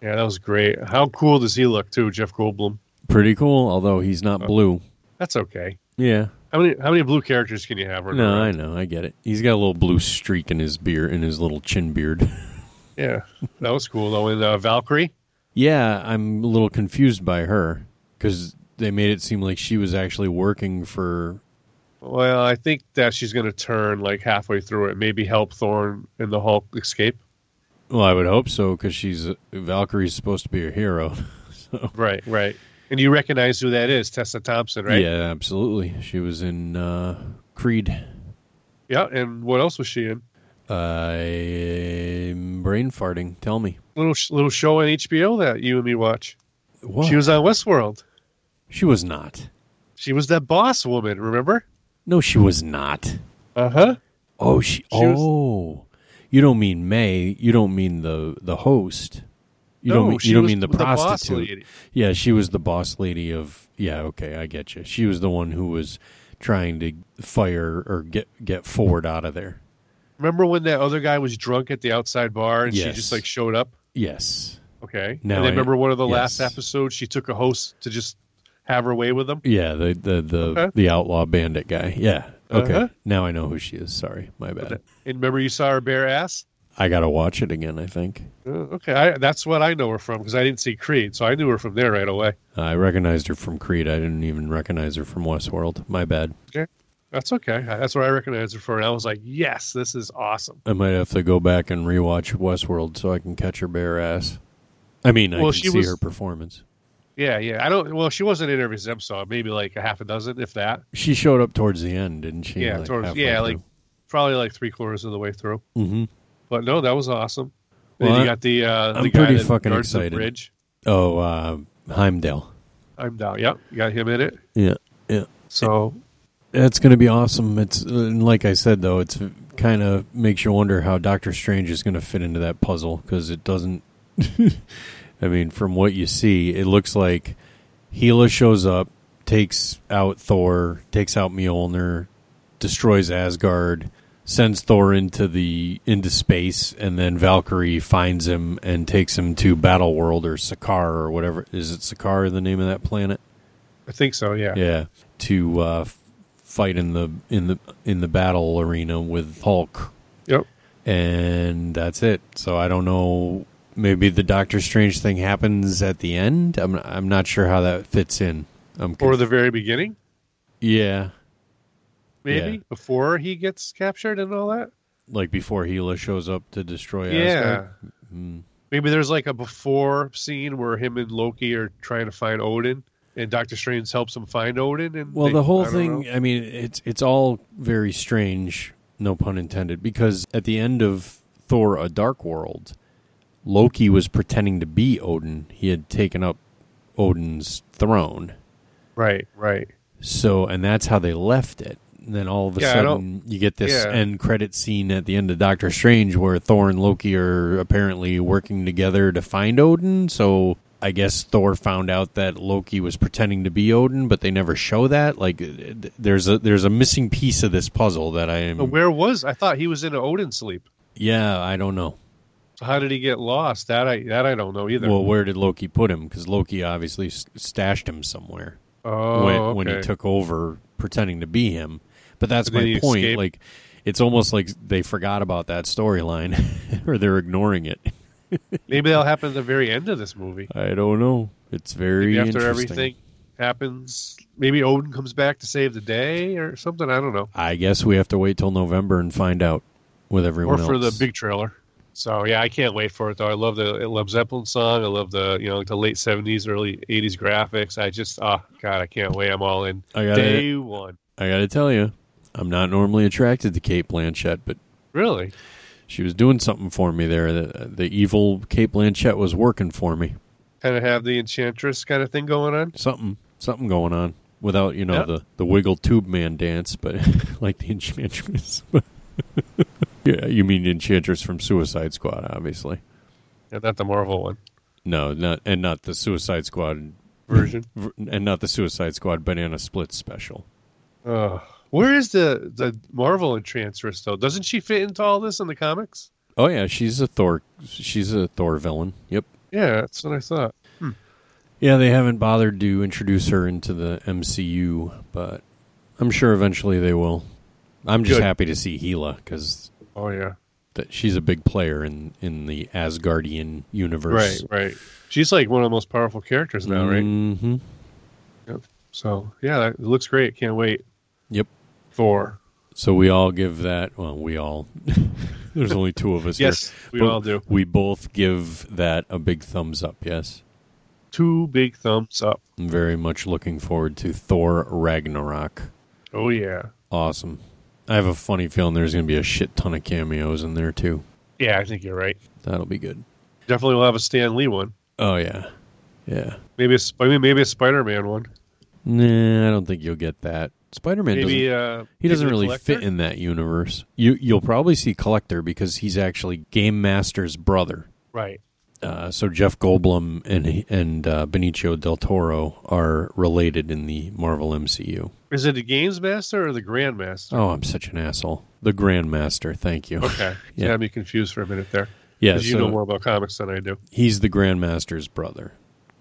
Yeah, that was great. How cool does he look too, Jeff Goldblum?
Pretty cool, although he's
Oh.
not blue.
That's okay.
Yeah,
How many how many blue characters can you have? running
no,
around?
I know, I get it. He's got a little blue streak in his beard, in his little chin beard.
Yeah, that was cool though. And uh, Valkyrie,
Yeah, I'm a little confused by her because they made it seem like she was actually working for.
well, I think that she's going to turn like halfway through it, maybe help Thorn and the Hulk escape.
Well, I would hope so because she's Valkyrie's supposed to be a hero. so,
Right, right. And you recognize who that is, Tessa Thompson, right?
Yeah, absolutely. She was in uh, Creed.
Yeah. And what else was she in?
I'm Uh, brain farting. Tell me.
Little sh- little show on HBO that you and me watch.
What?
She was on Westworld.
She was not.
She was that boss woman. Remember?
No, she was not.
Uh huh.
Oh, she.
was-
oh, you don't mean May. You don't mean the the host. You don't
No,
mean
she
you don't
was
mean the
the boss
prostitute.
lady.
yeah, she was the boss lady of. Yeah, okay, I get you. She was the one who was trying to fire or get get forward out of there.
Remember when that other guy was drunk at the outside bar and she
Yes.
just like showed up?
Yes.
Okay.
Now
and I
I-
remember one of the last
yes.
episodes, she took a host to just have her way with them.
Yeah, the the the,
Okay.
the outlaw bandit guy. Yeah. Okay.
Uh-huh.
Now I know who she is. Sorry, my bad.
And remember, you saw her bare ass.
I gotta watch it again. I think
Uh, okay, I, that's what I know her from because I didn't see Creed, so I knew her from there right away.
I recognized her from Creed. I didn't even recognize her from Westworld. My bad.
That's okay. That's where I recognized her from. And I was like, yes, this is awesome.
I might have to go back and rewatch Westworld so I can catch her bare ass. I mean, I
Well,
can
she
see
was-
her performance.
Yeah, yeah. I don't. Well, she wasn't in every episode. Maybe like a half a dozen, if that.
She showed up towards the end, didn't she?
Yeah, towards, yeah, like probably like three quarters of the way through.
hmm
But no, that was awesome.
Well,
then
I-
you got the. Uh,
I'm
the guy
pretty
that
fucking
guards the
excited.
bridge.
Oh, uh, Heimdall.
I'm down. Yep, you got him in it.
Yeah, yeah.
So
That's going to be awesome. It's and like I said though, it's kind of makes you wonder how Doctor Strange is going to fit into that puzzle because it doesn't. I mean, from what you see, it looks like Hela shows up, takes out Thor, takes out Mjolnir, destroys Asgard, sends Thor into the into space, and then Valkyrie finds him and takes him to Battle World or Sakaar or whatever. Is it Sakaar the name of that planet?
I think so. Yeah.
Yeah, to uh, f- fight in the in the in the battle arena with Hulk.
Yep.
And that's it. So I don't know. Maybe the Doctor Strange thing happens at the end. I'm I'm not sure how that fits in. I'm
Or the very beginning,
yeah,
maybe
Yeah.
before he gets captured and all that.
like before Hela shows up to destroy
Yeah.
Asgard. Hmm.
Maybe there's like a before scene where him and Loki are trying to find Odin, and Doctor Strange helps him find Odin. And
Well,
they-
the whole
I don't
thing.
know.
I mean, it's it's all very strange, no pun intended, because at the end of Thor: A Dark World, Loki was pretending to be Odin. He had taken up Odin's throne.
Right. Right.
So, and that's how they left it. And then all of a
Yeah, I
sudden,
don't-
you get this
yeah.
end credit scene at the end of Doctor Strange where Thor and Loki are apparently working together to find Odin. So, I guess Thor found out that Loki was pretending to be Odin, but they never show that. Like, it- it- there's a there's a missing piece of this puzzle that I
But
am.
Oh, where was I thought he was in an Odin sleep?
Yeah, I don't know.
So how did he get lost? That I that I don't know either.
Well, where did Loki put him? Because Loki obviously s- stashed him somewhere.
Oh,
when, when he
okay.
took over pretending to be him. But that's
And then
my
he
point.
escaped.
Like, it's almost like they forgot about that storyline, or they're ignoring it.
Maybe that'll happen at the very end of this movie.
I don't know. It's very
Maybe after
interesting.
everything happens, maybe Odin comes back to save the day or something. I don't know.
I guess we have to wait till November and find out with everyone
Or for
else.
the big trailer. So yeah, I can't wait for it though. I love the Led Zeppelin song. I love the you know the late seventies, early eighties graphics. I just oh god, I can't wait. I'm all in.
I got
Day
it.
one.
I got to tell you, I'm not normally attracted to Kate Blanchett, but
Really?
she was doing something for me there. The, the evil Kate Blanchett was working for me.
Kind of have the Enchantress kind of thing going on.
something something going on without you know
Yeah.
the the wiggle tube man dance but like the enchantress yeah you mean enchantress from suicide squad obviously
Yeah, not the Marvel one
no not and not the suicide squad
version.
and not the suicide squad banana split special
Ugh. where is the the Marvel Enchantress though? Doesn't she fit into all this in the comics?
oh yeah she's a thor she's a thor villain yep
Yeah, that's what I thought.
yeah they haven't bothered to introduce her into the mcu but i'm sure eventually they will i'm just
Good.
happy to see hela because
Oh yeah.
that she's a big player in in the Asgardian universe.
Right, right. She's like one of the most powerful characters now, right?
Mm-hmm.
So yeah, that, it looks great. Can't wait.
Yep.
for
So we all give that. Well, we all. there's only two of us
Yes,
here.
we
But
all do.
We both give that a big thumbs up. Yes.
Two big thumbs up.
I'm very much looking forward to Thor Ragnarok.
Oh yeah.
Awesome. I have a funny feeling there's going to be a shit ton of cameos in there too.
Yeah, I think you're right.
That'll be good.
Definitely we'll have a Stan Lee one.
Oh yeah, yeah.
Maybe a Sp- I mean, maybe a Spider Man one.
Nah, I don't think you'll get that. Spider-Man doesn't.
Maybe uh
He doesn't
maybe the
really fit
Collector?
in that universe. You you'll probably see Collector because he's actually Game Master's brother.
Right.
Uh, so Jeff Goldblum and and uh, Benicio del Toro are related in the Marvel MCU.
Is it the Games Master or the Grand Master?
Oh, I'm such an asshole. The Grandmaster, thank you.
Okay.
Oh. Yeah.
yeah. I'd be confused for a minute there.
Yeah,
'Cause you
so-
know more about comics than I do.
He's the Grandmaster's brother.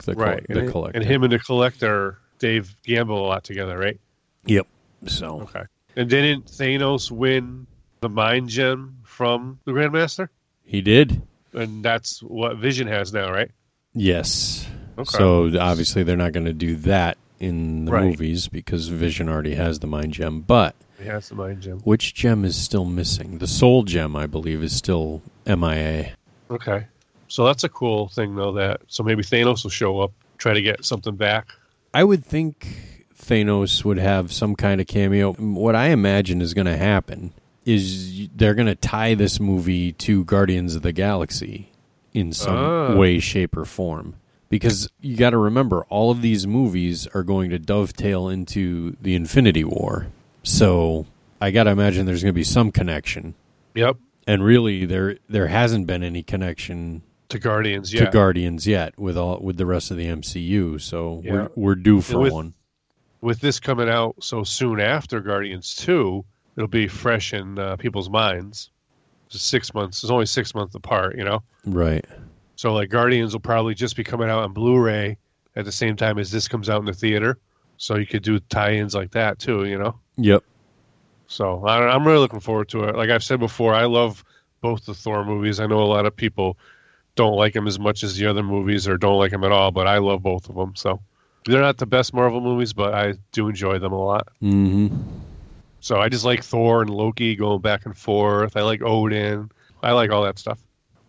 The col-
right.
the
and,
collector.
and him and the collector, Dave gamble a lot together, right?
Yep. So
Okay. And didn't Thanos win the mind gem from the Grand Master?
he did.
And that's what Vision has now, right?
Yes.
Okay.
So obviously they're not going to do that in the
Right.
movies because Vision already has the mind gem, but
He has the mind gem.
Which gem is still missing? The soul gem, I believe, is still MIA.
Okay. So that's a cool thing, though, that so maybe Thanos will show up, try to get something back.
I would think Thanos would have some kind of cameo. What I imagine is going to happen is they're going to tie this movie to Guardians of the Galaxy in some
Ah.
way, shape, or form. Because you got to remember, all of these movies are going to dovetail into the Infinity War. So I got to imagine there's going to be some connection.
Yep.
And really, there there hasn't been any connection
To Guardians, yeah.
to Guardians yet with all with the rest of the MCU. So
Yeah.
we're, we're due for
with-
one.
With this coming out so soon after Guardians 2, it'll be fresh in uh, people's minds. It's six months. It's only six months apart, you know.
Right.
So like Guardians will probably just be coming out on Blu-ray at the same time as this comes out in the theater. So you could do tie-ins like that too, you know.
Yep.
So I, I'm really looking forward to it. Like I've said before, I love both the Thor movies. I know a lot of people don't like them as much as the other movies, or don't like them at all. But I love both of them. So they're not the best Marvel movies, but I do enjoy them a lot.
Mm-hmm.
So I just like Thor and Loki going back and forth. I like Odin. I like all that stuff.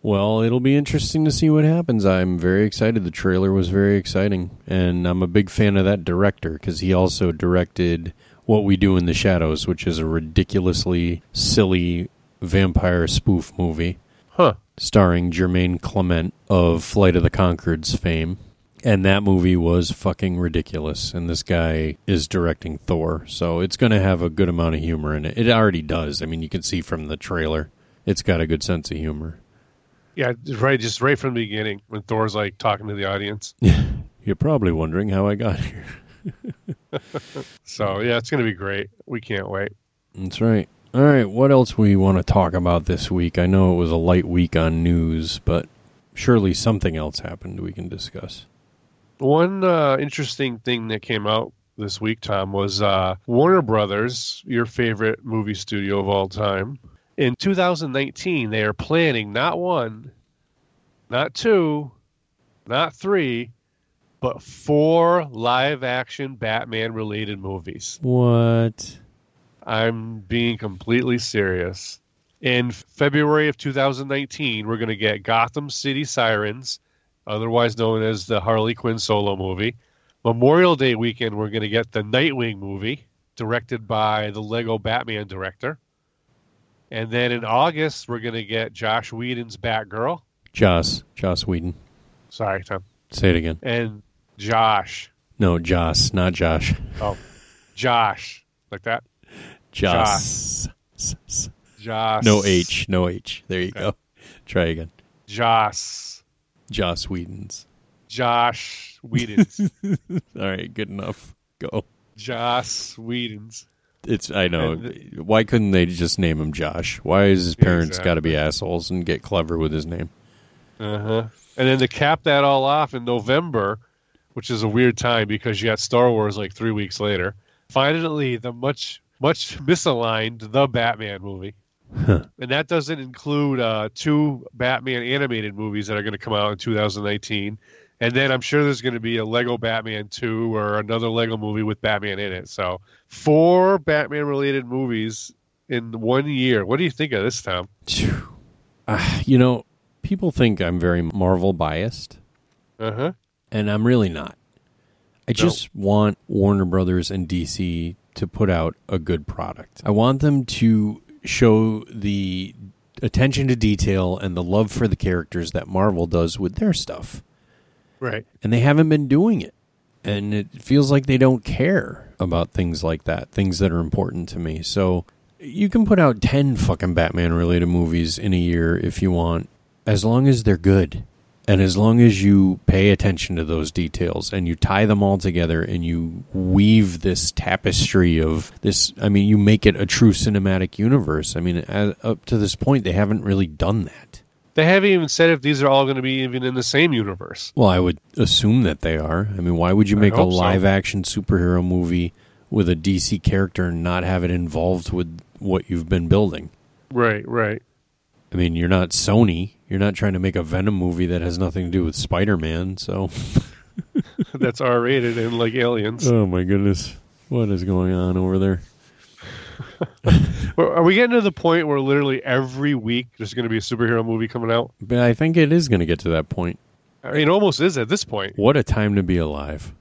Well, it'll be interesting to see what happens. I'm very excited. The trailer was very exciting, and I'm a big fan of that director because he also directed What We Do in the Shadows, which is a ridiculously silly vampire spoof movie.
Huh.
Starring Jermaine Clement of Flight of the Concords fame. And that movie was fucking ridiculous. And this guy is directing Thor. So it's going to have a good amount of humor in it. It already does. I mean, you can see from the trailer, it's got a good sense of humor.
Yeah, just right. Just right from the beginning when Thor's like talking to the audience.
You're probably wondering how I got here.
so yeah, it's gonna be great. We can't wait.
That's right. All right, what else we want to talk about this week? I know it was a light week on news, but surely something else happened we can discuss.
One uh, interesting thing that came out this week, Tom, was uh, Warner Brothers, your favorite movie studio of all time. In 2019, they are planning not one, not two, not three, but four live action Batman related movies.
What?
I'm being completely serious. In February of 2019, we're going to get Gotham City Sirens, otherwise known as the Harley Quinn solo movie. Memorial Day weekend, we're going to get the Nightwing movie, directed by the Lego Batman director. And then in August, we're going to get Josh Whedon's Batgirl.
Joss. Joss Whedon.
Sorry, Tom.
Say it again.
And Josh.
No, Joss, not Josh.
Oh, Josh. Like that?
Joss.
Joss. Joss.
No H. No H. There you okay. go. Try again.
Joss.
Joss Whedon's.
Josh Whedon's.
All right, good enough. Go.
Joss Whedon's.
It's I know. The, Why couldn't they just name him Josh? Why is his parents exactly. got to be assholes and get clever with his name?
Uh huh. And then to cap that all off in November, which is a weird time because you got Star Wars like three weeks later. Finally, the much much misaligned the Batman movie,
huh.
and that doesn't include uh, two Batman animated movies that are going to come out in 2019. And then I'm sure there's going to be a Lego Batman 2 or another Lego movie with Batman in it. So, four Batman related movies in one year. What do you think of this, Tom?
Uh, you know, people think I'm very Marvel biased.
Uh huh.
And I'm really not. I no. just want Warner Brothers and DC to put out a good product. I want them to show the attention to detail and the love for the characters that Marvel does with their stuff.
Right.
And they haven't been doing it. And it feels like they don't care about things like that, things that are important to me. So you can put out 10 fucking Batman related movies in a year if you want, as long as they're good. And as long as you pay attention to those details and you tie them all together and you weave this tapestry of this, I mean, you make it a true cinematic universe. I mean, up to this point, they haven't really done that.
They haven't even said if these are all going to be even in the same universe.
Well, I would assume that they are. I mean, why would you make a live so. action superhero movie with a DC character and not have it involved with what you've been building?
Right, right.
I mean, you're not Sony. You're not trying to make a Venom movie that has nothing to do with Spider Man, so.
That's R rated and like aliens.
Oh, my goodness. What is going on over there?
Are we getting to the point where literally every week there's going to be a superhero movie coming out?
But I think it is going to get to that point.
I mean, it almost is at this point.
What a time to be alive.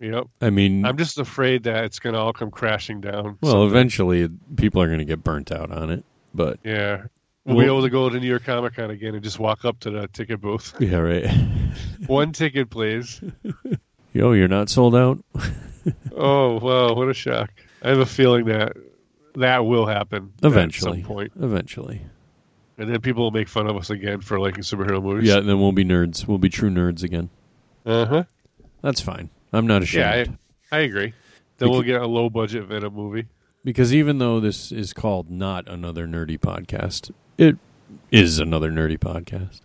Yep.
I mean,
I'm just afraid that it's going to all come crashing down.
Well, someday. eventually people are going to get burnt out on it. But
yeah, we'll, we'll be able to go to New York Comic Con again and just walk up to the ticket booth.
Yeah, right.
One ticket, please.
Yo, you're not sold out.
oh wow, what a shock! I have a feeling that that will happen
eventually.
point.
Eventually.
And then people will make fun of us again for liking superhero movies.
Yeah, and then we'll be nerds. We'll be true nerds again.
Uh huh.
That's fine. I'm not ashamed.
Yeah, I, I agree. Then we we'll can... get a low budget Venom movie.
Because even though this is called not another nerdy podcast, it is another nerdy podcast.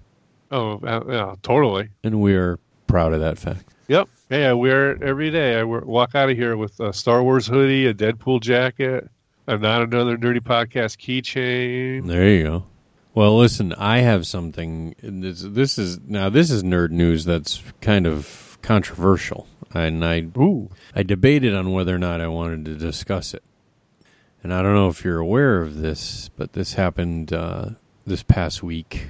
Oh, uh, yeah, totally.
And we are proud of that fact.
Yep. Hey, I wear it every day. I wear, walk out of here with a Star Wars hoodie, a Deadpool jacket, a not another nerdy podcast keychain.
There you go. Well, listen, I have something. This, this is now this is nerd news that's kind of controversial, and I I debated on whether or not I wanted to discuss it. And I don't know if you're aware of this, but this happened uh, this past week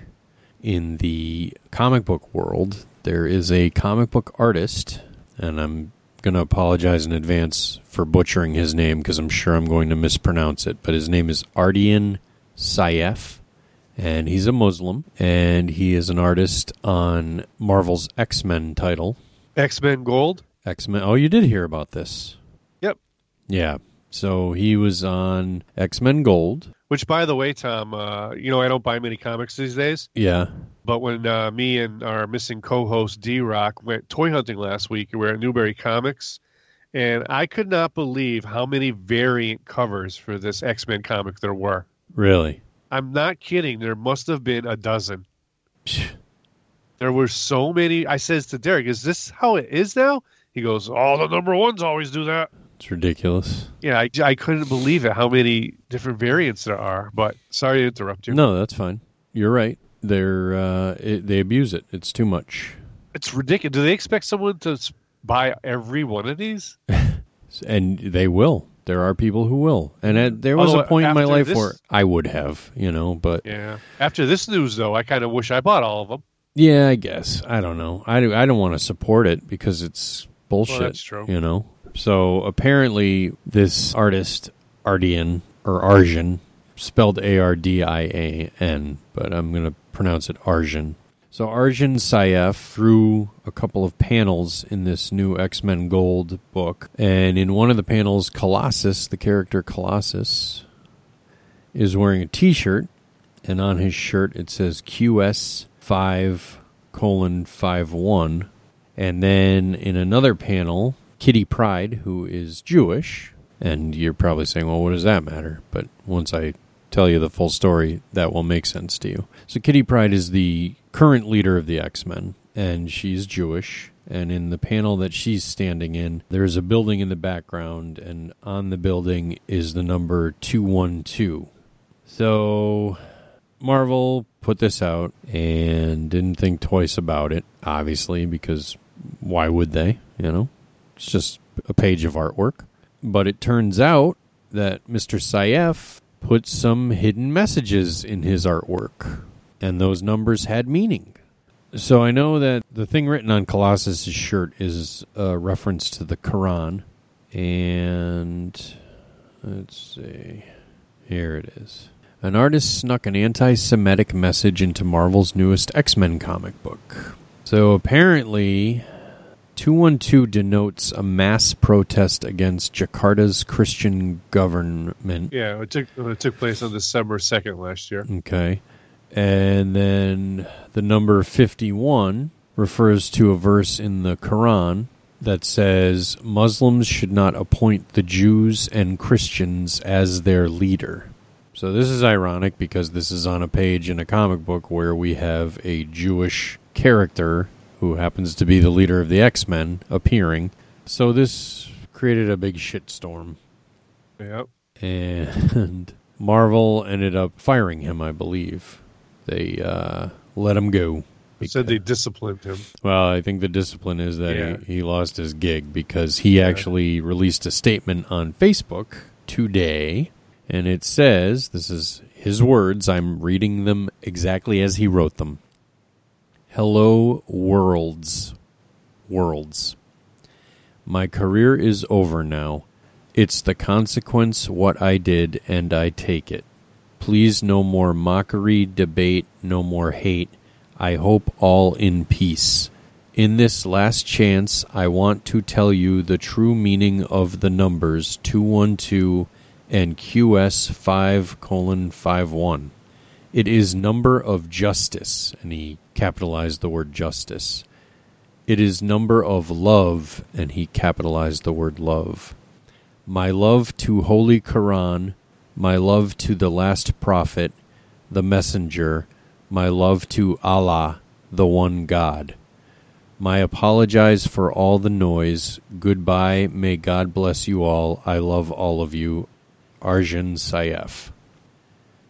in the comic book world. There is a comic book artist, and I'm going to apologize in advance for butchering his name because I'm sure I'm going to mispronounce it. But his name is Ardian Saif, and he's a Muslim, and he is an artist on Marvel's X Men title.
X Men Gold.
X Men. Oh, you did hear about this.
Yep.
Yeah. So he was on X Men Gold.
Which, by the way, Tom, uh, you know I don't buy many comics these days.
Yeah.
But when uh, me and our missing co-host D Rock went toy hunting last week, we were at Newberry Comics, and I could not believe how many variant covers for this X Men comic there were.
Really?
I'm not kidding. There must have been a dozen. there were so many. I says to Derek, "Is this how it is now?" He goes, "Oh, the number ones always do that."
It's ridiculous.
Yeah, I, I couldn't believe it how many different variants there are. But sorry to interrupt you.
No, that's fine. You're right. They're uh, it, they abuse it. It's too much.
It's ridiculous. Do they expect someone to s- buy every one of these?
and they will. There are people who will. And it, there was
Although,
a point in my
after
life
this-
where I would have, you know, but
Yeah. After this news, though, I kind of wish I bought all of them.
yeah, I guess I don't know. I do, I don't want to support it because it's bullshit.
that's true.
You know. So apparently, this artist Ardian or Arjun, spelled A R D I A N, but I'm gonna pronounce it Arjun. So Arjun Saif drew a couple of panels in this new X Men Gold book, and in one of the panels, Colossus, the character Colossus, is wearing a T-shirt, and on his shirt it says QS five colon five one, and then in another panel, Kitty Pride, who is Jewish, and you're probably saying, "Well, what does that matter?" But once I tell you the full story, that will make sense to you. So Kitty Pride is the current leader of the X Men, and she's Jewish. And in the panel that she's standing in, there's a building in the background, and on the building is the number 212. So Marvel put this out and didn't think twice about it, obviously, because why would they? You know, it's just a page of artwork. But it turns out that Mr. Saif put some hidden messages in his artwork, and those numbers had meaning. So I know that the thing written on Colossus's shirt is a reference to the Quran, and let's see, here it is. An artist snuck an anti-Semitic message into Marvel's newest X-Men comic book. So apparently, 212 denotes a mass protest against Jakarta's Christian government
Yeah, it took it took place on December second last year.
Okay. And then the number 51 refers to a verse in the Quran that says Muslims should not appoint the Jews and Christians as their leader. So this is ironic because this is on a page in a comic book where we have a Jewish character who happens to be the leader of the X-Men appearing. So this created a big shitstorm
Yep.
and Marvel ended up firing him, I believe. They uh, let him go.
Said they disciplined him.
Well, I think the discipline is that
Yeah.
he, he lost his gig because he actually released a statement on Facebook today, and it says this is his words. I'm reading them exactly as he wrote them. Hello, worlds. Worlds. My career is over now. It's the consequence what I did, and I take it. Please, no more mockery, debate, no more hate. I hope all in peace. In this last chance, I want to tell you the true meaning of the numbers 212 and QS 5 colon 51. It is number of justice, and he capitalized the word justice. It is number of love, and he capitalized the word love. My love to Holy Quran, my love to the last prophet, the messenger, my love to Allah, the one God. My apologize for all the noise. Goodbye. May God bless you all. I love all of you. Arjun Saif.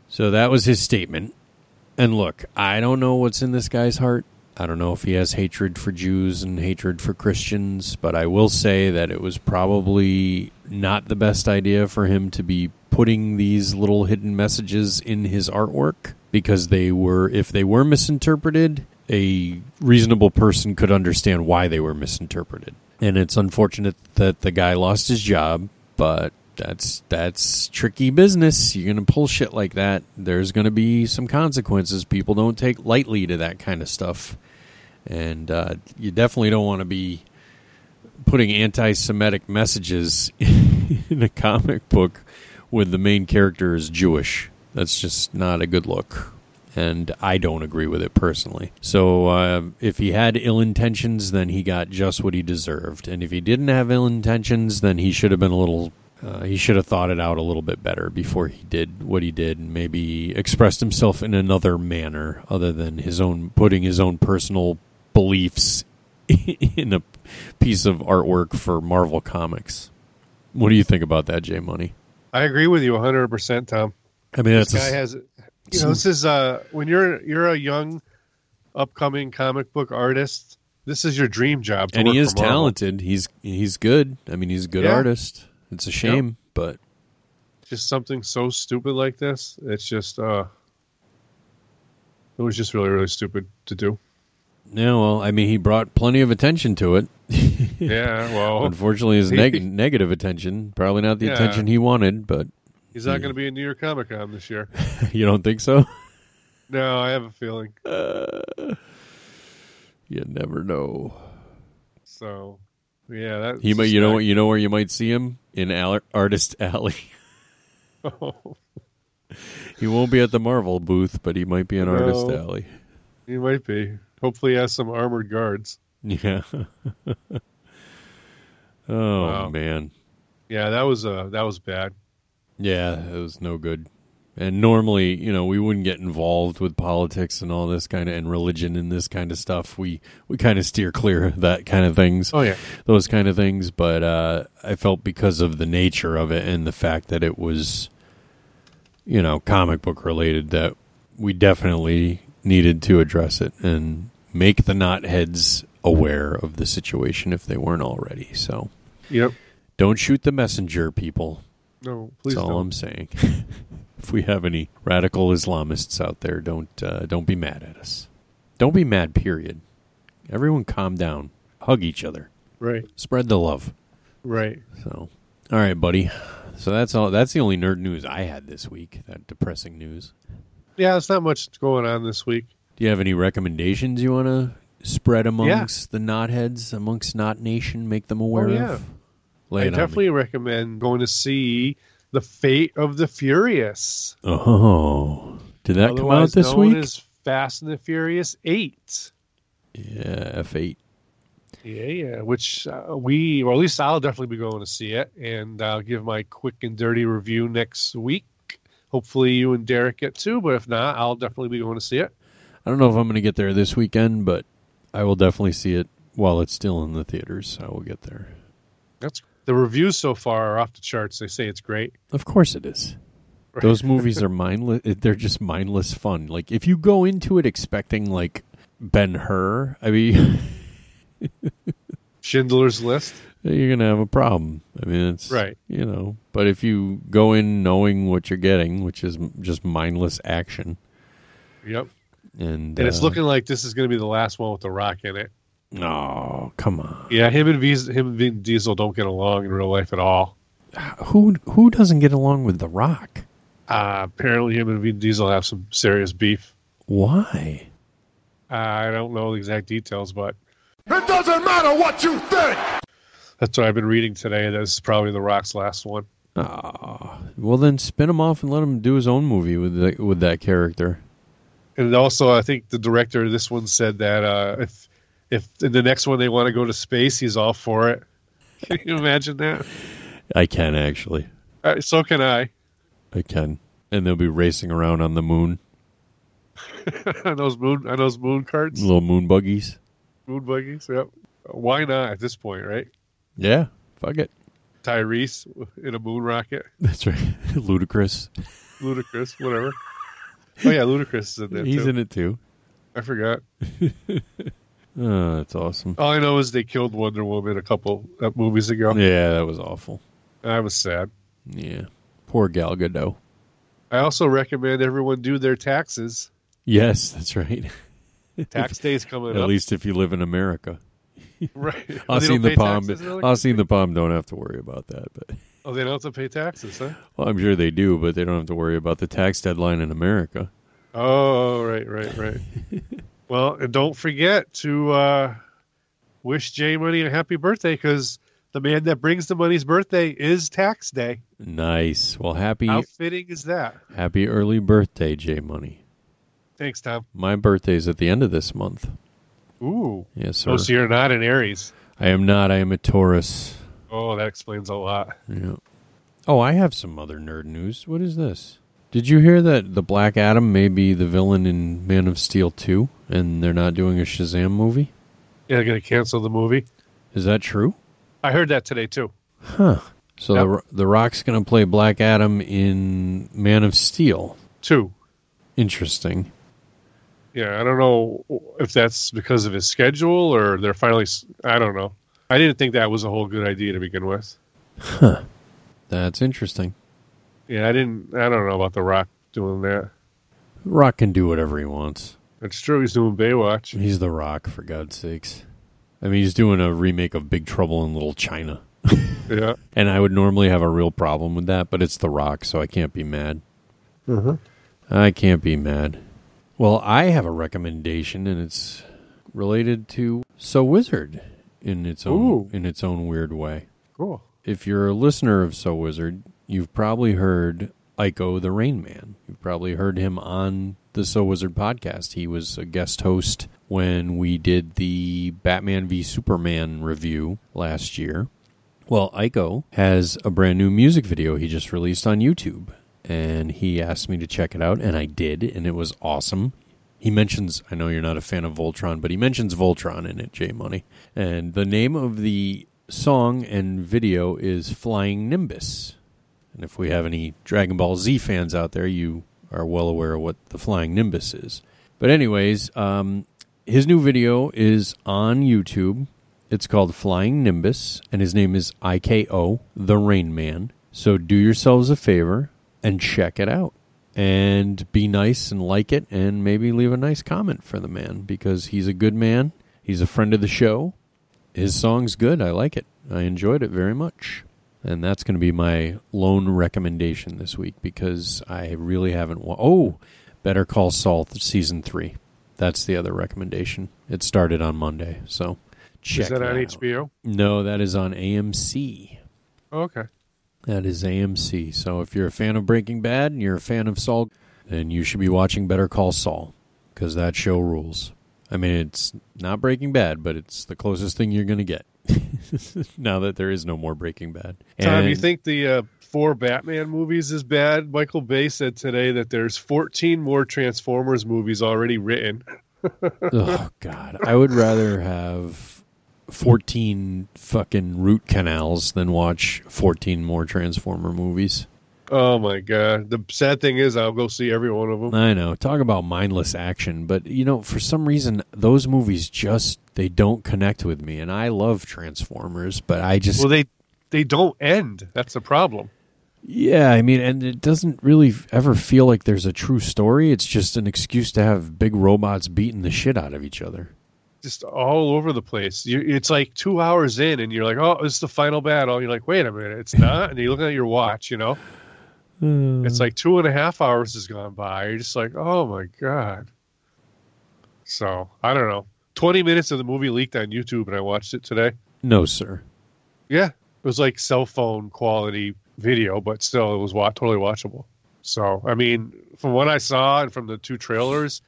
So that was his statement. And look, I don't know what's in this guy's heart. I don't know if he has hatred for Jews and hatred for Christians, but I will say that it was probably not the best idea for him to be putting these little hidden messages in his artwork because they were, if they were misinterpreted, a reasonable person could understand why they were misinterpreted. And it's unfortunate that the guy lost his job, but that's that's tricky business. You're going to pull shit like that. There's going to be some consequences. People don't take lightly to that kind of stuff, and uh, you definitely don't want to be putting anti-Semitic messages in a comic book with the main character is Jewish. That's just not a good look and I don't agree with it personally. So uh, if he had ill intentions, then he got just what he deserved, and if he didn't have ill intentions, then he should have been a little. Uh, he should have thought it out a little bit better before he did what he did, and maybe expressed himself in another manner other than his own putting his own personal beliefs in a piece of artwork for Marvel Comics. What do you think about that, Jay Money?
I agree with you 100%, Tom.
I mean,
this
that's
guy has you know, this is uh when you're you're a young upcoming comic book artist, this is your dream job. to
and he
work
is
for Marvel.
talented. He's he's good. I mean, he's a good
Yeah.
artist. It's a shame, but
Just something so stupid like this. It's just uh it was just really, really stupid to do.
yeah. Well, I mean, he brought plenty of attention to it.
Yeah, well
Unfortunately, his
Oh. he-
neg- negative attention probably not the
Yeah.
attention he wanted. But
He's not gonna be in New York Comic Con this year.
you don't think so?
No, I have a feeling.
You never know.
So yeah, that
He might. You know what? You know where you might see him in Al- Artist Alley.
Oh.
he won't be at the Marvel booth, but he might be in Artist
No.
Alley.
he might be. Hopefully he has some armored guards.
Yeah. oh
Wow.
man.
Yeah, that was uh that was bad.
Yeah, it was no good. And normally, you know, we wouldn't get involved with politics and all this kind of and religion and this kind of stuff. We we kind of steer clear of that kind of things.
Oh, yeah.
Those kind of things, but uh I felt because of the nature of it and the fact that it was you know, comic book related that we definitely needed to address it and make the knotheads aware of the situation if they weren't already. So,
Yep.
don't shoot the messenger, people.
No, please
That's all
don't.
I'm saying. if we have any radical Islamists out there, don't uh, don't be mad at us. Don't be mad. Period. Everyone, calm down. Hug each other.
Right,
Spread the love.
right.
So, all right, buddy. So that's all. That's the only nerd news I had this week. That depressing news.
Yeah, there's not much going on this week.
Do you have any recommendations you want to spread amongst the knotheads, amongst Knot Nation? Make them aware
Oh, yeah.
of. Lay
I
it on me.
definitely recommend going to see The Fate of the Furious.
Oh, did that come out
Otherwise
this
known
week?
as Fast and the Furious 8.
yeah, F eight.
Yeah, yeah, which uh, we, or at least I'll definitely be going to see it, and I'll give my quick and dirty review next week. Hopefully, you and Derek get too, but if not, I'll definitely be going to see it.
I don't know if I'm going to get there this weekend, but I will definitely see it while it's still in the theaters. I will get there.
That's the reviews so far are off the charts. They say it's great.
Of course it is. Those movies are mindless. They're just mindless fun. Like if you go into it expecting like Ben Hur, I mean,
Schindler's List.
you're going to have a problem. I mean, it's
Right.
You know, but if you go in knowing what you're getting, which is m- just mindless action,
Yep.
and
And it's
uh,
looking like this is going to be the last one with The Rock in it.
Oh, come on!
Yeah, him and V's, him and Vin Diesel don't get along in real life at all.
Who who doesn't get along with The Rock?
Uh, apparently, him and Vin Diesel have some serious beef.
Why?
I don't know the exact details, but
It doesn't matter what you think.
that's what I've been reading today. This is probably The Rock's last one.
Ah, well then spin him off and let him do his own movie with the, with that character.
And also, I think the director of this one said that uh, if if in the next one they want to go to space, he's all for it. Can you imagine that?
I can actually.
Uh, so can I.
I can. And they'll be racing around on the moon,
on those moon on those moon carts,
little moon buggies.
moon buggies. Yep. Why not at this point, right?
Yeah, fuck it.
Tyrese in a moon rocket,
That's right. Ludicrous.
ludicrous, whatever. Oh yeah, ludicrous is in there.
He's
too.
in it too.
I forgot.
Oh, that's awesome.
All I know is they killed Wonder Woman a couple uh, movies ago.
Yeah, that was awful.
I was sad.
Yeah. Poor Gal Gadot.
I also recommend everyone do their taxes.
Yes, that's right.
Tax day's coming
At
up.
least if you live in America.
right? They
Us
don't
in the
pay
palm.
taxes in other
Us in the palm don't have to worry about that, but
Oh, they don't have to pay taxes, huh?
well, I'm sure they do, but they don't have to worry about the tax deadline in America.
Oh, right, right, right. well, and don't forget to uh, wish Jay Money a happy birthday because the man that brings the money's birthday is tax day.
Nice. Well, happy
How fitting is that?
happy early birthday, J Money.
Thanks, Tom.
My birthday's at the end of this month.
Ooh.
Yes, sir.
Oh, so you're not an Aries.
I am not. I am a Taurus.
Oh, that explains a lot.
Yeah. Oh, I have some other nerd news. What is this? Did you hear that the Black Adam may be the villain in Man of Steel 2 and they're not doing a Shazam movie?
Yeah, they're going to cancel the movie.
Is that true?
I heard that today, too.
Huh. So the, the Rock's going to play Black Adam in Man of Steel.
Two.
Interesting.
Yeah, I don't know if that's because of his schedule or they're finally. s- I don't know. I didn't think that was a whole good idea to begin with.
That's interesting.
Yeah, I didn't. I don't know about The Rock doing that.
Rock can do whatever he wants.
That's true. He's doing Baywatch.
He's the Rock, for God's sakes. I mean, he's doing a remake of Big Trouble in Little China.
Yeah.
And I would normally have a real problem with that, but it's The Rock, so I can't be mad. I can't be mad. Well, I have a recommendation, and it's related to So Wizard in its own
Ooh.
in its own weird way.
Cool.
If you're a listener of So Wizard, you've probably heard Iko the Rain Man. You've probably heard him on the So Wizard podcast. He was a guest host when we did the Batman v Superman review last year. Well, Iko has a brand new music video he just released on YouTube, and he asked me to check it out, and I did, and it was awesome. He mentions, I know you're not a fan of Voltron, but he mentions Voltron in it, J Money. And the name of the song and video is Flying Nimbus. And if we have any Dragon Ball Z fans out there, you are well aware of what the Flying Nimbus is. But, anyways, um, his new video is on YouTube. It's called Flying Nimbus, and his name is IKO, the Rain Man. So, do yourselves a favor and check it out. And be nice and like it, and maybe leave a nice comment for the man because he's a good man. He's a friend of the show, his song's good. I like it. I enjoyed it very much. And that's going to be my lone recommendation this week because I really haven't. Wa- oh, Better Call Saul th- season three. That's the other recommendation. It started on Monday, so check
Is that on
out.
HBO?
No, that is on AMC.
Oh, okay.
That is AMC. So if you're a fan of Breaking Bad and you're a fan of Saul, then you should be watching Better Call Saul because that show rules. I mean, it's not Breaking Bad, but it's the closest thing you're going to get now that there is no more Breaking Bad.
Tom, you
And-
think the uh, four Batman movies is bad? Michael Bay said today that there's 14 more Transformers movies already written.
oh God, I would rather have fourteen fucking root canals than watch fourteen more Transformer movies.
Oh my god! The sad thing is, I'll go see every one of them.
I know. Talk about mindless action, but you know, for some reason those movies just they don't connect with me and I love Transformers, but I just
Well, they they don't end. That's the problem.
yeah, I mean, and it doesn't really f- ever feel like there's a true story. It's just an excuse to have big robots beating the shit out of each other.
Just all over the place. You, it's like two hours in, and you're like, "Oh, it's the final battle." You're like, "Wait a minute, it's not." And you look at your watch. You know, it's like two and a half hours has gone by. You're just like, "Oh my god." So I don't know. Twenty minutes of the movie leaked on YouTube, and I watched it today.
No, sir.
Yeah, it was like cell phone quality video, but still, it was wa- totally watchable. So, I mean, from what I saw and from the two trailers,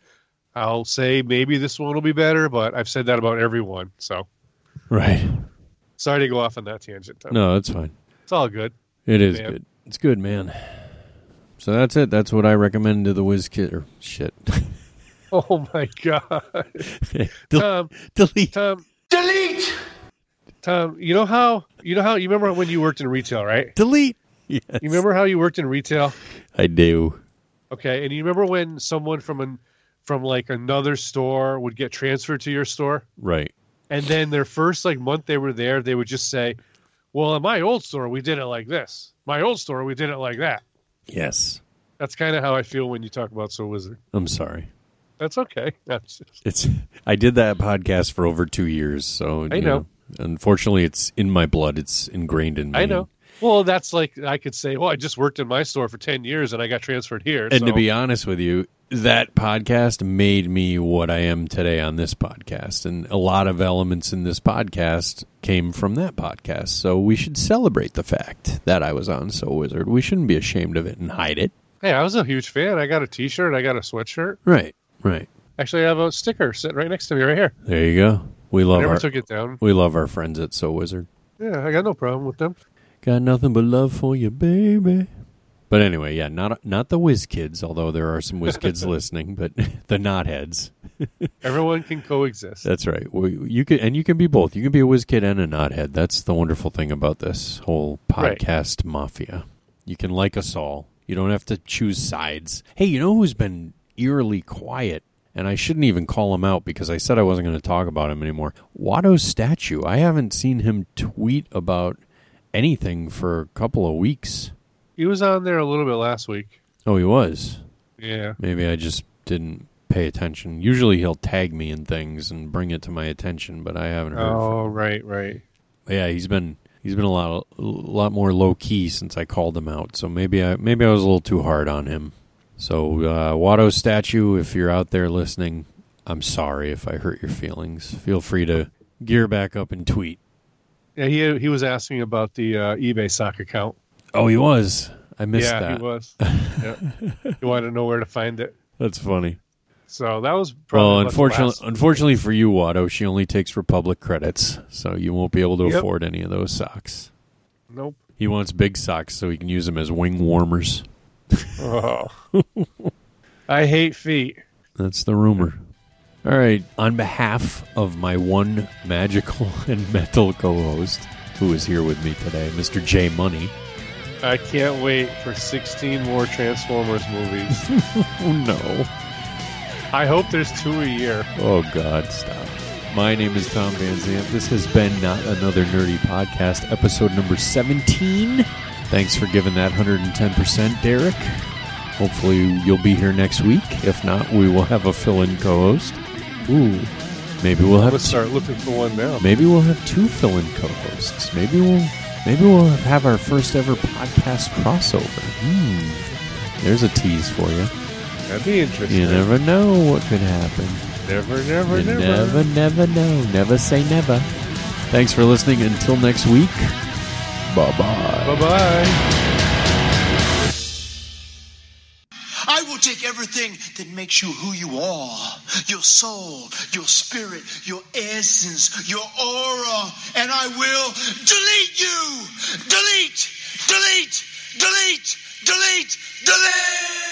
I'll say maybe this one will be better, but I've said that about everyone. So,
Right.
sorry to go off on that tangent. Tom.
No, that's fine.
It's all good.
It is
Man.
good. It's good, man. So that's it. That's what I recommend to the whiz kid. Or shit.
Oh my god.
Del-
Tom,
delete.
Tom,
Delete!
Tom, you know how you know how you remember when you worked in retail, right?
delete. Yes.
You remember how you worked in retail?
I do.
Okay, and you remember when someone from an from like another store would get transferred to your store,
Right.
and then their first like month they were there, they would just say, "Well, in my old store we did it like this. My old store we did it like that."
Yes.
That's kind of how I feel when you talk about So Wizard.
I'm sorry.
That's okay. That's just-
It's. I did that podcast for over two years, so you
know.
Unfortunately, it's in my blood. It's ingrained in me.
I know. Well, that's like I could say, "Well, I just worked in my store for ten years and I got transferred here."
And
so-
to be honest with you, that podcast made me what I am today on this podcast. And a lot of elements in this podcast came from that podcast. So we should celebrate the fact that I was on So Wizard. We shouldn't be ashamed of it and hide it.
hey, I was a huge fan. I got a T-shirt. I got a sweatshirt.
Right, right.
Actually, I have a sticker sitting right next to me right here.
There you go. We love
never
our,
took it down.
We love our friends at So Wizard.
Yeah, I got no problem with them.
Got nothing but love for you, baby. But anyway, yeah, not not the whiz kids, although there are some whiz kids listening, but the knotheads. heads.
Everyone can coexist.
That's right. Well, you can and you can be both. You can be a whiz kid and a knothead. That's the wonderful thing about this whole
Right.
podcast mafia. You can like us all. You don't have to choose sides. Hey, you know who's been eerily quiet? And I shouldn't even call him out because I said I wasn't going to talk about him anymore. Watto's statue. I haven't seen him tweet about anything for a couple of weeks.
He was on there a little bit last week.
Oh, he was.
Yeah.
Maybe I just didn't pay attention. Usually he'll tag me in things and bring it to my attention, but I haven't heard. from
Oh, right, right.
But yeah, he's been he's been a lot a lot more low key since I called him out. So maybe I maybe I was a little too hard on him. So uh, Watto statue, if you're out there listening, I'm sorry if I hurt your feelings. Feel free to gear back up and tweet.
Yeah, he he was asking about the uh, eBay sock account.
Oh, he was. I missed
yeah,
that.
he was. yeah. He wanted to know where to find it.
That's funny.
So that was probably
Well,
about the
unfortunately,
last-
unfortunately for you, Watto, she only takes Republic credits, so you won't be able to
Yep.
afford any of those socks.
Nope.
He wants big socks so he can use them as wing warmers.
Oh. I hate feet.
That's the rumor. All right. On behalf of my one magical and metal co host who is here with me today, Mr. J Money.
I can't wait for 16 more Transformers movies.
Oh, no.
I hope there's two a year.
Oh, God, stop. My name is Tom Van Zant. This has been Not Another Nerdy Podcast, episode number 17. Thanks for giving that 110%, Derek. Hopefully, you'll be here next week. If not, we will have a fill in co host. Ooh. Maybe we'll
I'm
have
gonna start looking for one now.
Maybe we'll have two fill-in co-hosts. Maybe we'll maybe we'll have our first ever podcast crossover. Hmm. There's a tease for you.
That'd be interesting.
You never know what could happen.
never, never,
You
never.
never, never know. Never say never. Thanks for listening. Until next week. Bye-bye.
Bye bye.
I will take everything that makes you who you are your soul, your spirit, your essence, your aura, and I will delete you! Delete! Delete! Delete! Delete! Delete!